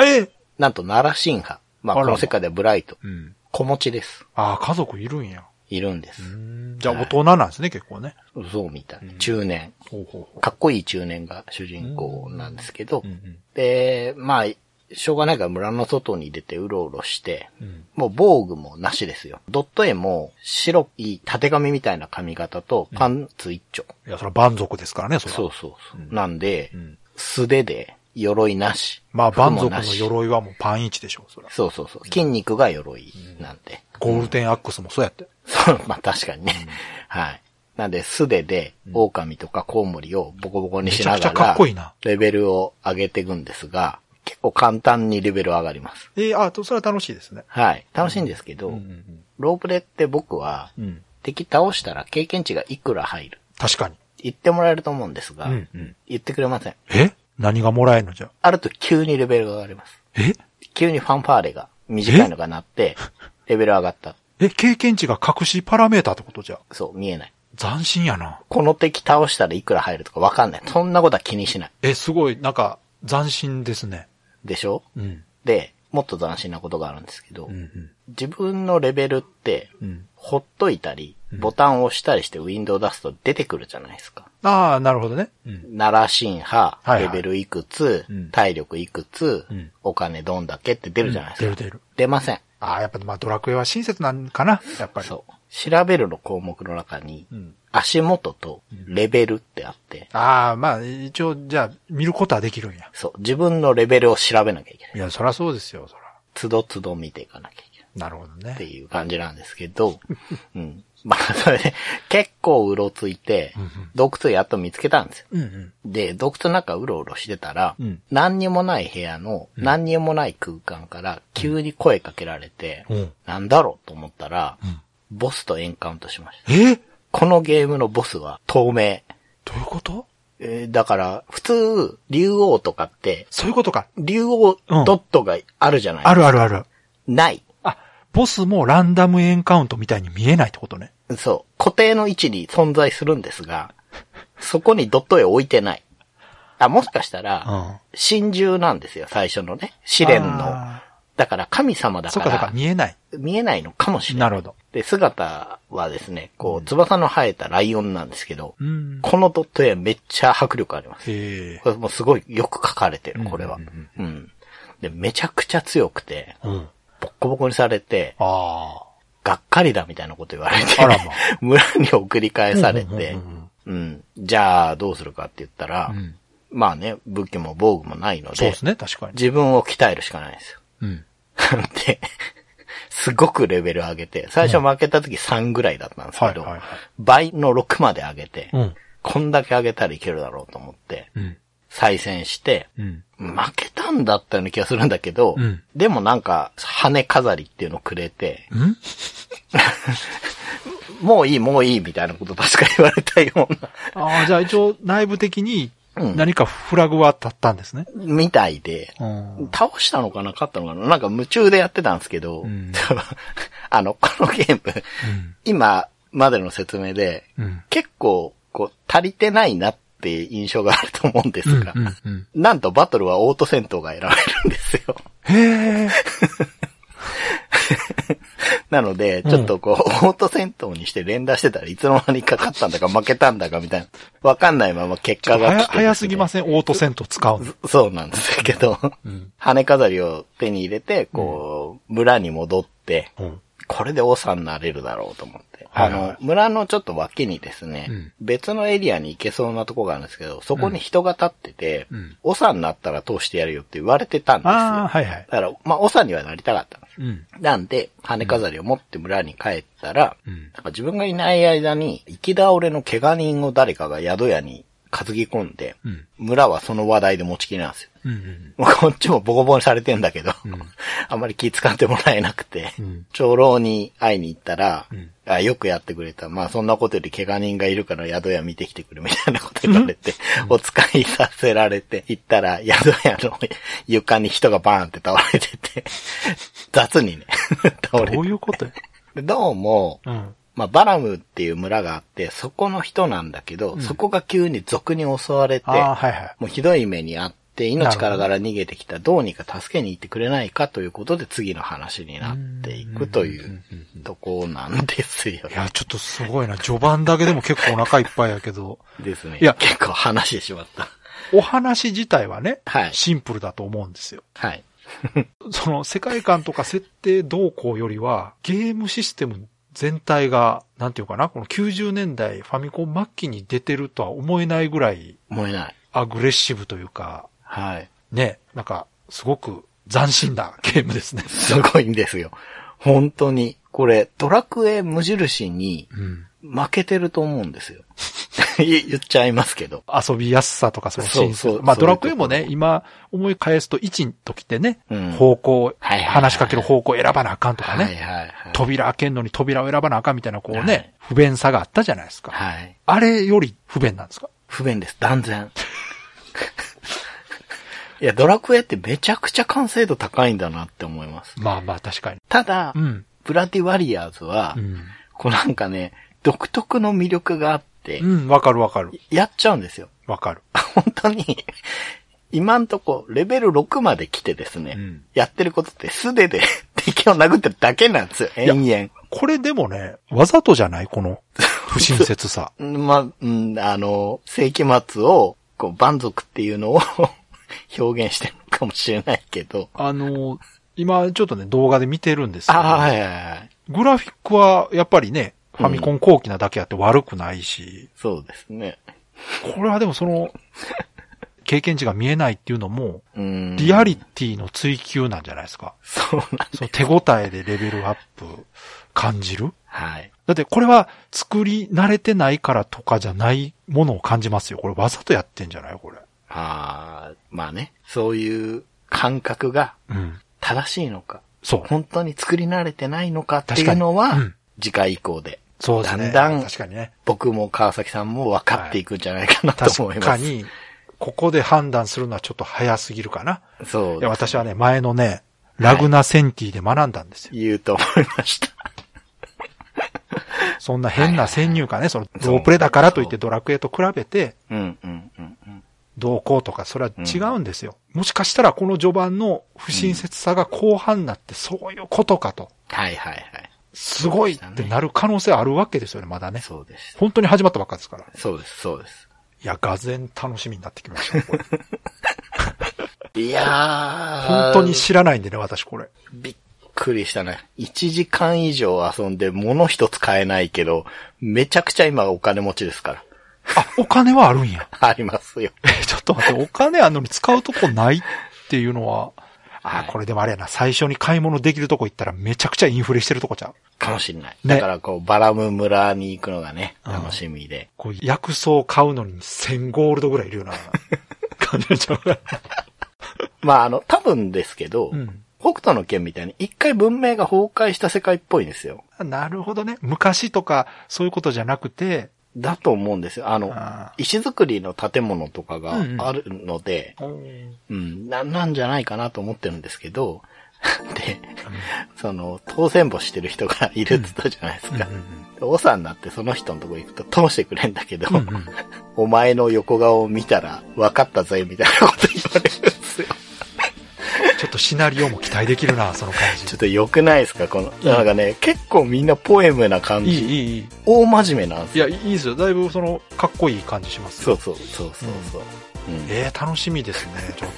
Speaker 2: え
Speaker 3: なんと奈良神派。まあ、
Speaker 2: あら
Speaker 3: この世界ではブライト。
Speaker 2: うん。
Speaker 3: 子持ちです。
Speaker 2: ああ、家族いるんや。
Speaker 3: いるんです
Speaker 2: う。ん。じゃあ、大人なんですね、結構ね。
Speaker 3: そうみたいな。中年。
Speaker 2: ほうほうほ
Speaker 3: かっこいい中年が主人公なんですけど
Speaker 2: う。う、ん
Speaker 3: で、まあ、しょうがないから村の外に出てうろうろして、
Speaker 2: うん。うん。
Speaker 3: もう防具もなしですよ。ドット絵も白い縦紙みたいな髪型とパンツ一丁。
Speaker 2: いや、それは蛮族ですからね、それは
Speaker 3: そうそうそう。なんで
Speaker 2: ん、
Speaker 3: 素手で鎧なし。
Speaker 2: まあ、
Speaker 3: 服
Speaker 2: 蛮
Speaker 3: も
Speaker 2: 族
Speaker 3: な
Speaker 2: の
Speaker 3: し
Speaker 2: 鎧はもうパンイチでしょう、それは
Speaker 3: そうそうそう。筋肉が鎧なんで。
Speaker 2: ゴールデンアックスもそうやって。
Speaker 3: そう、まあ確かにね。はい。なんで、素手で、狼とかコウモリをボコボコにしな
Speaker 2: めちゃ
Speaker 3: が
Speaker 2: くちゃからっこいいな、
Speaker 3: レベルを上げていくんですが、結構簡単にレベル上がります。
Speaker 2: えー、あと、それは楽しいですね。
Speaker 3: はい。楽しいんですけど、ロープレって僕は、
Speaker 2: うん。
Speaker 3: 敵倒したら経験値がいくら入る。
Speaker 2: 確かに。
Speaker 3: 言ってもらえると思うんですが、
Speaker 2: うんうん
Speaker 3: 言ってくれません。
Speaker 2: え何がもらえるのじゃあ。
Speaker 3: あると急にレベルが上がります。
Speaker 2: え
Speaker 3: 急にファンファーレが短いのが 鳴って、レベル上がった。
Speaker 2: え、経験値が隠しパラメーターってことじゃあ。
Speaker 3: そう、見えない。
Speaker 2: 斬新やな。
Speaker 3: この敵倒したらいくら入るとかわかんない。そんなことは気にしない。
Speaker 2: え、すごい、なんか、斬新ですね。
Speaker 3: でしょ
Speaker 2: うん。
Speaker 3: で、もっと斬新なことがあるんですけど、
Speaker 2: うん。
Speaker 3: 自分のレベルって、
Speaker 2: うん。
Speaker 3: ほっといたり、ボタンを押したりしてウィンドウ出すと出てくるじゃないですか。
Speaker 2: ああ、なるほどね。うん。
Speaker 3: 奈良神派、
Speaker 2: はいはい
Speaker 3: レベルいくつ、
Speaker 2: うん
Speaker 3: 体力いくつ、
Speaker 2: うん
Speaker 3: お金どんだけって出るじゃないですか。
Speaker 2: 出る出る。
Speaker 3: 出ません。
Speaker 2: ああ、やっぱ、まあ、ドラクエは親切なんかな。やっぱり。
Speaker 3: そう。調べるの項目の中に、
Speaker 2: ん
Speaker 3: 足元とレベルってあって、
Speaker 2: ああ、まあ、一応、じゃあ、見ることはできるんや。
Speaker 3: そう。自分のレベルを調べなきゃいけない。
Speaker 2: いや、そらそうですよ、そら。
Speaker 3: つどつど見ていかなきゃいけない。
Speaker 2: なるほど
Speaker 3: っ
Speaker 2: ね
Speaker 3: て。いう感じなんですけど、うん。まあ、それで、結構うろついて
Speaker 2: んうん、
Speaker 3: 洞窟やっと見つけたんですよ。
Speaker 2: うんうん。
Speaker 3: で、洞窟の中うろうろしてたら、
Speaker 2: うん
Speaker 3: 何にもない部屋の、何にもない空間から急に声かけられて、
Speaker 2: うん
Speaker 3: なんだろうと思ったら、
Speaker 2: ん
Speaker 3: ボスとエンカウントしました。
Speaker 2: え
Speaker 3: このゲームのボスは透明。
Speaker 2: どういうこと
Speaker 3: えーだから、普通、竜王とかって、
Speaker 2: そういうことか。
Speaker 3: 竜王ドットがあるじゃない、
Speaker 2: あるあるある。
Speaker 3: ない。
Speaker 2: あ、ボスもランダムエンカウントみたいに見えないってことね。
Speaker 3: そう。固定の位置に存在するんです が、そこにドット絵を置いてない。あ、もしかしたら、
Speaker 2: ん。
Speaker 3: 真珠なんですよ、最初のね。試練の。
Speaker 2: あ
Speaker 3: だから神様
Speaker 2: ー
Speaker 3: だ
Speaker 2: そ
Speaker 3: か、
Speaker 2: っかそっから見えない。
Speaker 3: 見えないのかもしれない。
Speaker 2: なるほど。
Speaker 3: で、姿はですね、こう、翼の生えたライオンなんですけど、
Speaker 2: うん。
Speaker 3: このドット絵めっちゃ迫力あります。
Speaker 2: へえ。
Speaker 3: これもうすごいよく描かれてる、これは。
Speaker 2: う
Speaker 3: うんんで、めちゃくちゃ強くて、
Speaker 2: うん。
Speaker 3: ボッコボコにされて、
Speaker 2: ああ。
Speaker 3: がっかりだみたいなこと言われて、
Speaker 2: あらま
Speaker 3: 村に送り返され
Speaker 2: う
Speaker 3: て
Speaker 2: んうんうん、
Speaker 3: うん、じゃあどうするかって言ったら、
Speaker 2: うん
Speaker 3: まあね、武器も防具もないの
Speaker 2: そう
Speaker 3: で
Speaker 2: で、すね、確かに。
Speaker 3: 自分を鍛えるしかないんですよ。
Speaker 2: うん。
Speaker 3: で、すごくレベル上げて、最初負けた時3ぐらいだったんですけど、
Speaker 2: はいはいはい
Speaker 3: 倍の6まで上げて、
Speaker 2: うん。
Speaker 3: こんだけ上げたらいけるだろうと思って、
Speaker 2: うん。
Speaker 3: 再戦して、
Speaker 2: うん。
Speaker 3: 負けたんだったような気がするんだけど、
Speaker 2: うん
Speaker 3: でもなんか、羽飾りっていうのくれて、
Speaker 2: うん
Speaker 3: もういいもういいみたいなこと確か言われたような、
Speaker 2: ああ、じゃあ一応内部的に
Speaker 3: うん
Speaker 2: 何かフラグは立ったんですね。
Speaker 3: みたいで、
Speaker 2: うん。
Speaker 3: 倒したのかな勝ったのかななんか夢中でやってたんですけど、
Speaker 2: うん
Speaker 3: あの、このゲーム、
Speaker 2: うん
Speaker 3: 今までの説明で、
Speaker 2: うん。
Speaker 3: 結構、こう、足りてないなって印象があると思うんで
Speaker 2: うん
Speaker 3: すが、
Speaker 2: うんうん。
Speaker 3: なんとバトルはオート戦闘が選べるんですよ。
Speaker 2: へえ。
Speaker 3: なので、ちょっとこう、オート戦闘にして連打してたらいつの間にか勝ったんだか負けたんだかみたいな、わかんないまま結果
Speaker 2: 早
Speaker 3: が来てですね
Speaker 2: 早すぎません、オートセント使うの。
Speaker 3: そうなんですけど、
Speaker 2: うん。
Speaker 3: 羽飾りを手に入れて、こう、村に戻って、
Speaker 2: うん。
Speaker 3: これで王さんになれるだろうと思って。
Speaker 2: は
Speaker 3: あ
Speaker 2: いはい
Speaker 3: の、村のちょっと脇にですね、
Speaker 2: うん
Speaker 3: 別のエリアに行けそうなとこがあるんですけど、そこに人が立ってて、
Speaker 2: うん
Speaker 3: 王さんになったら通してやるよって言われてたんですよ。
Speaker 2: ああ、はいはい
Speaker 3: だ。から、まあ、王さんにはなりたかったんです。
Speaker 2: うん。
Speaker 3: なんで、羽飾りを持って村に帰ったら、
Speaker 2: うん。
Speaker 3: なんか自分がいない間に、行き倒れの怪我人を誰かが宿屋に担ぎ込んで、
Speaker 2: うん。
Speaker 3: 村はその話題で持ちきりなんですよ。
Speaker 2: うん。
Speaker 3: もうこっちもボコボコにされてんだけど、あんまり気使ってもらえなくて、
Speaker 2: うん
Speaker 3: 長老に会いに行ったら、
Speaker 2: うん
Speaker 3: あ、よくやってくれた。まあそんなことより怪我人がいるから宿屋見てきてくるみたいなこと言われて、お使いさせられて、行ったら宿屋の床に人がバーンって倒れてて、雑にね、倒れて
Speaker 2: どういうことや
Speaker 3: でどうも、
Speaker 2: うん。
Speaker 3: まあ、バラムっていう村があって、そこの人なんだけど、そこが急に賊に襲われて、
Speaker 2: ああ、はいはい。
Speaker 3: もうひどい目にあって、命からがら逃げてきた、どうにか助けに行ってくれないかということで次の話になっていくというとこなんですよ
Speaker 2: い。や、ちょっとすごいな。序盤だけでも結構お腹いっぱいやけど、
Speaker 3: ですね。
Speaker 2: いや
Speaker 3: 結構話してしまった。
Speaker 2: お話自体はね、
Speaker 3: はい
Speaker 2: シンプルだと思うんですよ。
Speaker 3: はい。
Speaker 2: その世界観とか設定動向よりは、ゲームシステム全体が、なんていうかな、この90年代ファミコン末期に出てるとは思えないぐらい
Speaker 3: 燃えない。
Speaker 2: アグレッシブというか、
Speaker 3: はい。
Speaker 2: ね、なんか、すごく斬新な ゲームですね。
Speaker 3: すごいんですよ。本当に。これ、ドラクエ無印に
Speaker 2: うん。
Speaker 3: 負けてると思うんですよ。 言言っちゃいますけど。
Speaker 2: 遊びやすさとかそのシン
Speaker 3: そうそう
Speaker 2: まあ
Speaker 3: そう
Speaker 2: ド
Speaker 3: いう
Speaker 2: ラ
Speaker 3: とこ
Speaker 2: クエもね、今思い返すと1の時ってね、
Speaker 3: うん
Speaker 2: 方向、
Speaker 3: はいはいはい
Speaker 2: 話しかける方向選ばなあかんとかね、
Speaker 3: はいはいはい。
Speaker 2: 扉開けんのに扉を選ばなあかんみたいな、こうね、
Speaker 3: はい
Speaker 2: 不便さがあったじゃないですか。
Speaker 3: はい。
Speaker 2: あれより不便なんですか
Speaker 3: 不便です。断然。 いや、ドラクエってめちゃくちゃ完成度高いんだなって思います。
Speaker 2: まあまあ確かに。
Speaker 3: ただ、
Speaker 2: うん。
Speaker 3: ブラディワリアーズは、
Speaker 2: うん。
Speaker 3: こうなんかね、独特の魅力があって、
Speaker 2: うん、わかるわかる。
Speaker 3: やっちゃうんですよ。
Speaker 2: わかる。
Speaker 3: 本当に、今んとこ、レベル6まで来てですね、
Speaker 2: うん
Speaker 3: やってることって素手で 敵を殴ってるだけなんですよ、延
Speaker 2: これでもね、わざとじゃないこの不親切さ。
Speaker 3: 々。まあ、うん、あの、世紀末を、こう、蛮族っていうのを 表現してるのかもしれないけど、
Speaker 2: あの、今ちょっとね、動画で見てるんですけど、
Speaker 3: ああ、はいはいはい。
Speaker 2: グラフィックはやっぱりね、ファミコン後期なだけあって悪くないし、
Speaker 3: そうですね。
Speaker 2: これはでもそ の、経験値が見えないっていうのも、
Speaker 3: うん。
Speaker 2: リアリティの追求なんじゃないですか。
Speaker 3: そうなん。
Speaker 2: その手応えでレベルアップ感じる
Speaker 3: はい。
Speaker 2: だってこれは作り慣れてないからとかじゃないものを感じますよ。これわざとやってんじゃないこれ。
Speaker 3: ああ、まあね。そういう感覚が
Speaker 2: うん。
Speaker 3: 正しいのか、
Speaker 2: そう。
Speaker 3: 本当に作り慣れてないのかっていうの
Speaker 2: 確
Speaker 3: は
Speaker 2: かにうん、
Speaker 3: 次回以降で、
Speaker 2: そうですね。
Speaker 3: だんだん
Speaker 2: 確かにね。
Speaker 3: 僕も川崎さんも分かっていくんじゃないかなと思い
Speaker 2: 確
Speaker 3: ます。
Speaker 2: か。に、ここで判断するのはちょっと早すぎるかな。
Speaker 3: そう
Speaker 2: いや、私はね、前のね、ラグナセンティで学んだんですよ。
Speaker 3: 言うと思いました。
Speaker 2: そんな変な先入観ね、その、ロープレだからといってドラクエと比べて、
Speaker 3: うんうんうんうん。
Speaker 2: どうこうとか、それは違うんですよ。もしかしたらこの序盤の不親切さが後半になって、そういうことかと、
Speaker 3: はいはいはい。
Speaker 2: すごいってなる可能性はあるわけですよね、まだね。
Speaker 3: そうです。
Speaker 2: 本当に始まったばっかですから。い
Speaker 3: そうです、そうです。
Speaker 2: や、がぜん楽しみになってきました よ。これ
Speaker 3: いやー。
Speaker 2: 本当に知らないんでね、私これ。
Speaker 3: びっくりしたね。1時間以上遊んで物一つ買えないけど、めちゃくちゃ今お金持ちですから。
Speaker 2: あ、お金はあるんや。
Speaker 3: ありますよ。
Speaker 2: えちょっと待って、お金あんのに使うとこないっていうのは、
Speaker 3: は
Speaker 2: あ
Speaker 3: い、
Speaker 2: これでもあれやな、最初に買い物できるとこ行ったらめちゃくちゃインフレしてるとこちゃう
Speaker 3: かもしんない。
Speaker 2: ね
Speaker 3: だからこう、バラム村に行くのがね、
Speaker 2: うん
Speaker 3: 楽しみで。
Speaker 2: こう、薬草買うのに1000ゴールドぐらいいるよう な感じちゃう
Speaker 3: まああの、多分ですけど、
Speaker 2: うん
Speaker 3: 北斗の剣みたいに一回文明が崩壊した世界っぽいんですよ。
Speaker 2: な。なるほどね。昔とか、そういうことじゃなくて、
Speaker 3: だと思うんですよ。あの、
Speaker 2: あ
Speaker 3: 石造りの建物とかが
Speaker 2: うんうん
Speaker 3: あるので、
Speaker 2: ーうん
Speaker 3: うんな、なんじゃないかなと思ってるんですけど、 で、その、当選簿してる人がいるって言ったじゃないです
Speaker 2: うん
Speaker 3: か。王さんになってその人のとこ行くと通してくれんだけど、
Speaker 2: うんうん
Speaker 3: お前の横顔を見たら分かったぜ、みたいなこと言われるんです よ。
Speaker 2: ちょっとシナリオも期待できるな、その感
Speaker 3: ちょっ
Speaker 2: じ。
Speaker 3: と良くないですかこの、なんかね、結構みんなポエムな感
Speaker 2: いい、
Speaker 3: じ。
Speaker 2: いい、いい。
Speaker 3: 大真面目なんです
Speaker 2: い
Speaker 3: よ。
Speaker 2: や、いいですよ。だいぶ、その、かっこいい感じします
Speaker 3: そ
Speaker 2: よ。
Speaker 3: うそう、そうそうそう。うん
Speaker 2: えー、楽しみですね、ちょっと。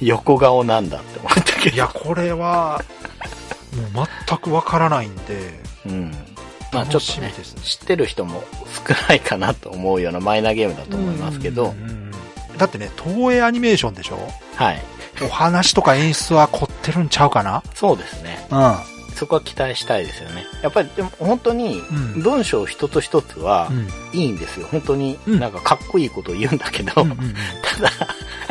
Speaker 3: 横顔なんだって思ったけ
Speaker 2: い
Speaker 3: ど。
Speaker 2: や、これは、もう全くわからないんで、
Speaker 3: うん。まあち
Speaker 2: 楽
Speaker 3: ょっ
Speaker 2: し
Speaker 3: と
Speaker 2: み
Speaker 3: ね、
Speaker 2: ですね。
Speaker 3: 知ってる人も少ないかなと思うようなマイナーゲームだと思いますけど
Speaker 2: うん、うんうんだってね、東映アニメーションでしょ
Speaker 3: はい。
Speaker 2: お話とか演出は凝ってるんちゃうかな
Speaker 3: そうですね。
Speaker 2: う
Speaker 3: そこは期待したいですよね。やっぱりでも本当に
Speaker 2: うん
Speaker 3: 文章一つ一つは
Speaker 2: ん。うん。
Speaker 3: いいんですよ。本当に
Speaker 2: うん
Speaker 3: なんかかっこいいことを言うんだけど、
Speaker 2: うんうん
Speaker 3: ただ、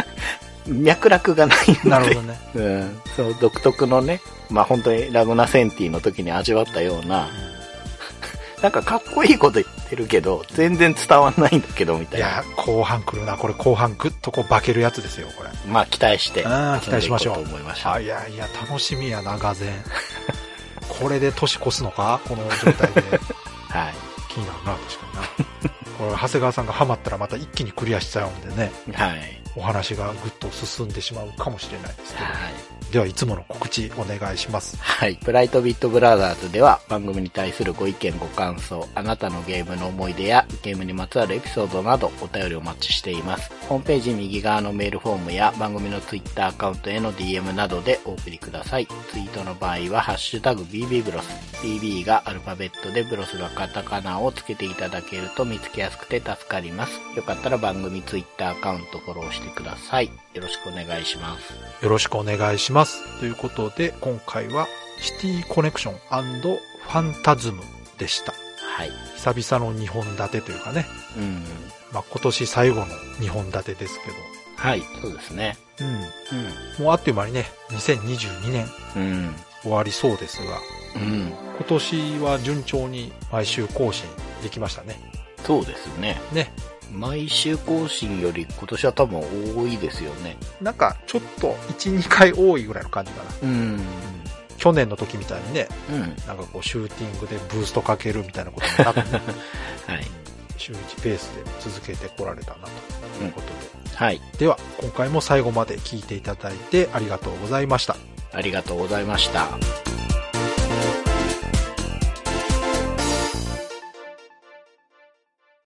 Speaker 3: 脈絡がない
Speaker 2: うんな
Speaker 3: の
Speaker 2: るほ
Speaker 3: で
Speaker 2: ど、ね。
Speaker 3: うん、その独特のね、まあ本当にラグナセンティの時に味わったような、なんかかっこいいこと言ってるけど、全然伝わんないんだけど、み た
Speaker 2: い
Speaker 3: いな。
Speaker 2: や、後半来るな。これ後半グッとこう化けるやつですよ、これ。
Speaker 3: まあ期待して。
Speaker 2: あー期待しましょう
Speaker 3: 遊んでいこうと思いました。
Speaker 2: あいやいや、楽しみやな、がぜん。これで年越すのかこの状態で。
Speaker 3: はい。
Speaker 2: 気になるな、確かにな。これ、 長谷川さんがハマったらまた一気にクリアしちゃうんでね、
Speaker 3: はい。
Speaker 2: お話がぐっと進んでしまうかもしれないですけど。
Speaker 3: はい。
Speaker 2: では、いつもの告知お願いします。
Speaker 3: はい。ブライトビットブラザーズでは番組に対するご意見ご感想、あなたのゲームの思い出やゲームにまつわるエピソードなどお便りをお待ちしています。ホームページ右側のメールフォームや番組のツイッターアカウントへの DM などでお送りください。ツイートの場合はハッシュタグ BB ブロス。BB がアルファベットでブロスがカタカナをつけていただけると見つけやすくて助かります。よかったら番組ツイッターアカウントフォローしてください。よろしくお願いします。
Speaker 2: よろしくお願いします。ということで、今回は、シティコネクションファンタズムでした。
Speaker 3: はい。
Speaker 2: 久々の2本立てというかね、
Speaker 3: うん。
Speaker 2: まあ、今年最後の2本立てですけ
Speaker 3: はい。そうですね。
Speaker 2: ど、
Speaker 3: うん。
Speaker 2: もうあっという間にね、2022年
Speaker 3: うん。
Speaker 2: 終わりそうですが、
Speaker 3: うん。
Speaker 2: 今年は順調に毎週更新できましたね。
Speaker 3: そうですね。
Speaker 2: ね。
Speaker 3: 毎週更新より今年は多分多いですよね。
Speaker 2: なんか、ちょっと1、2回多いぐらいの感じかな。
Speaker 3: うん。
Speaker 2: 去年の時みたいにね、
Speaker 3: うん。
Speaker 2: なんかこう、シューティングでブーストかけるみたいなこともなく、
Speaker 3: はい。
Speaker 2: 週1ペースで続けてこられたなということで。
Speaker 3: はい。
Speaker 2: では、今回も最後まで聞いていただいてありがとうございました。
Speaker 3: ありがとうございました。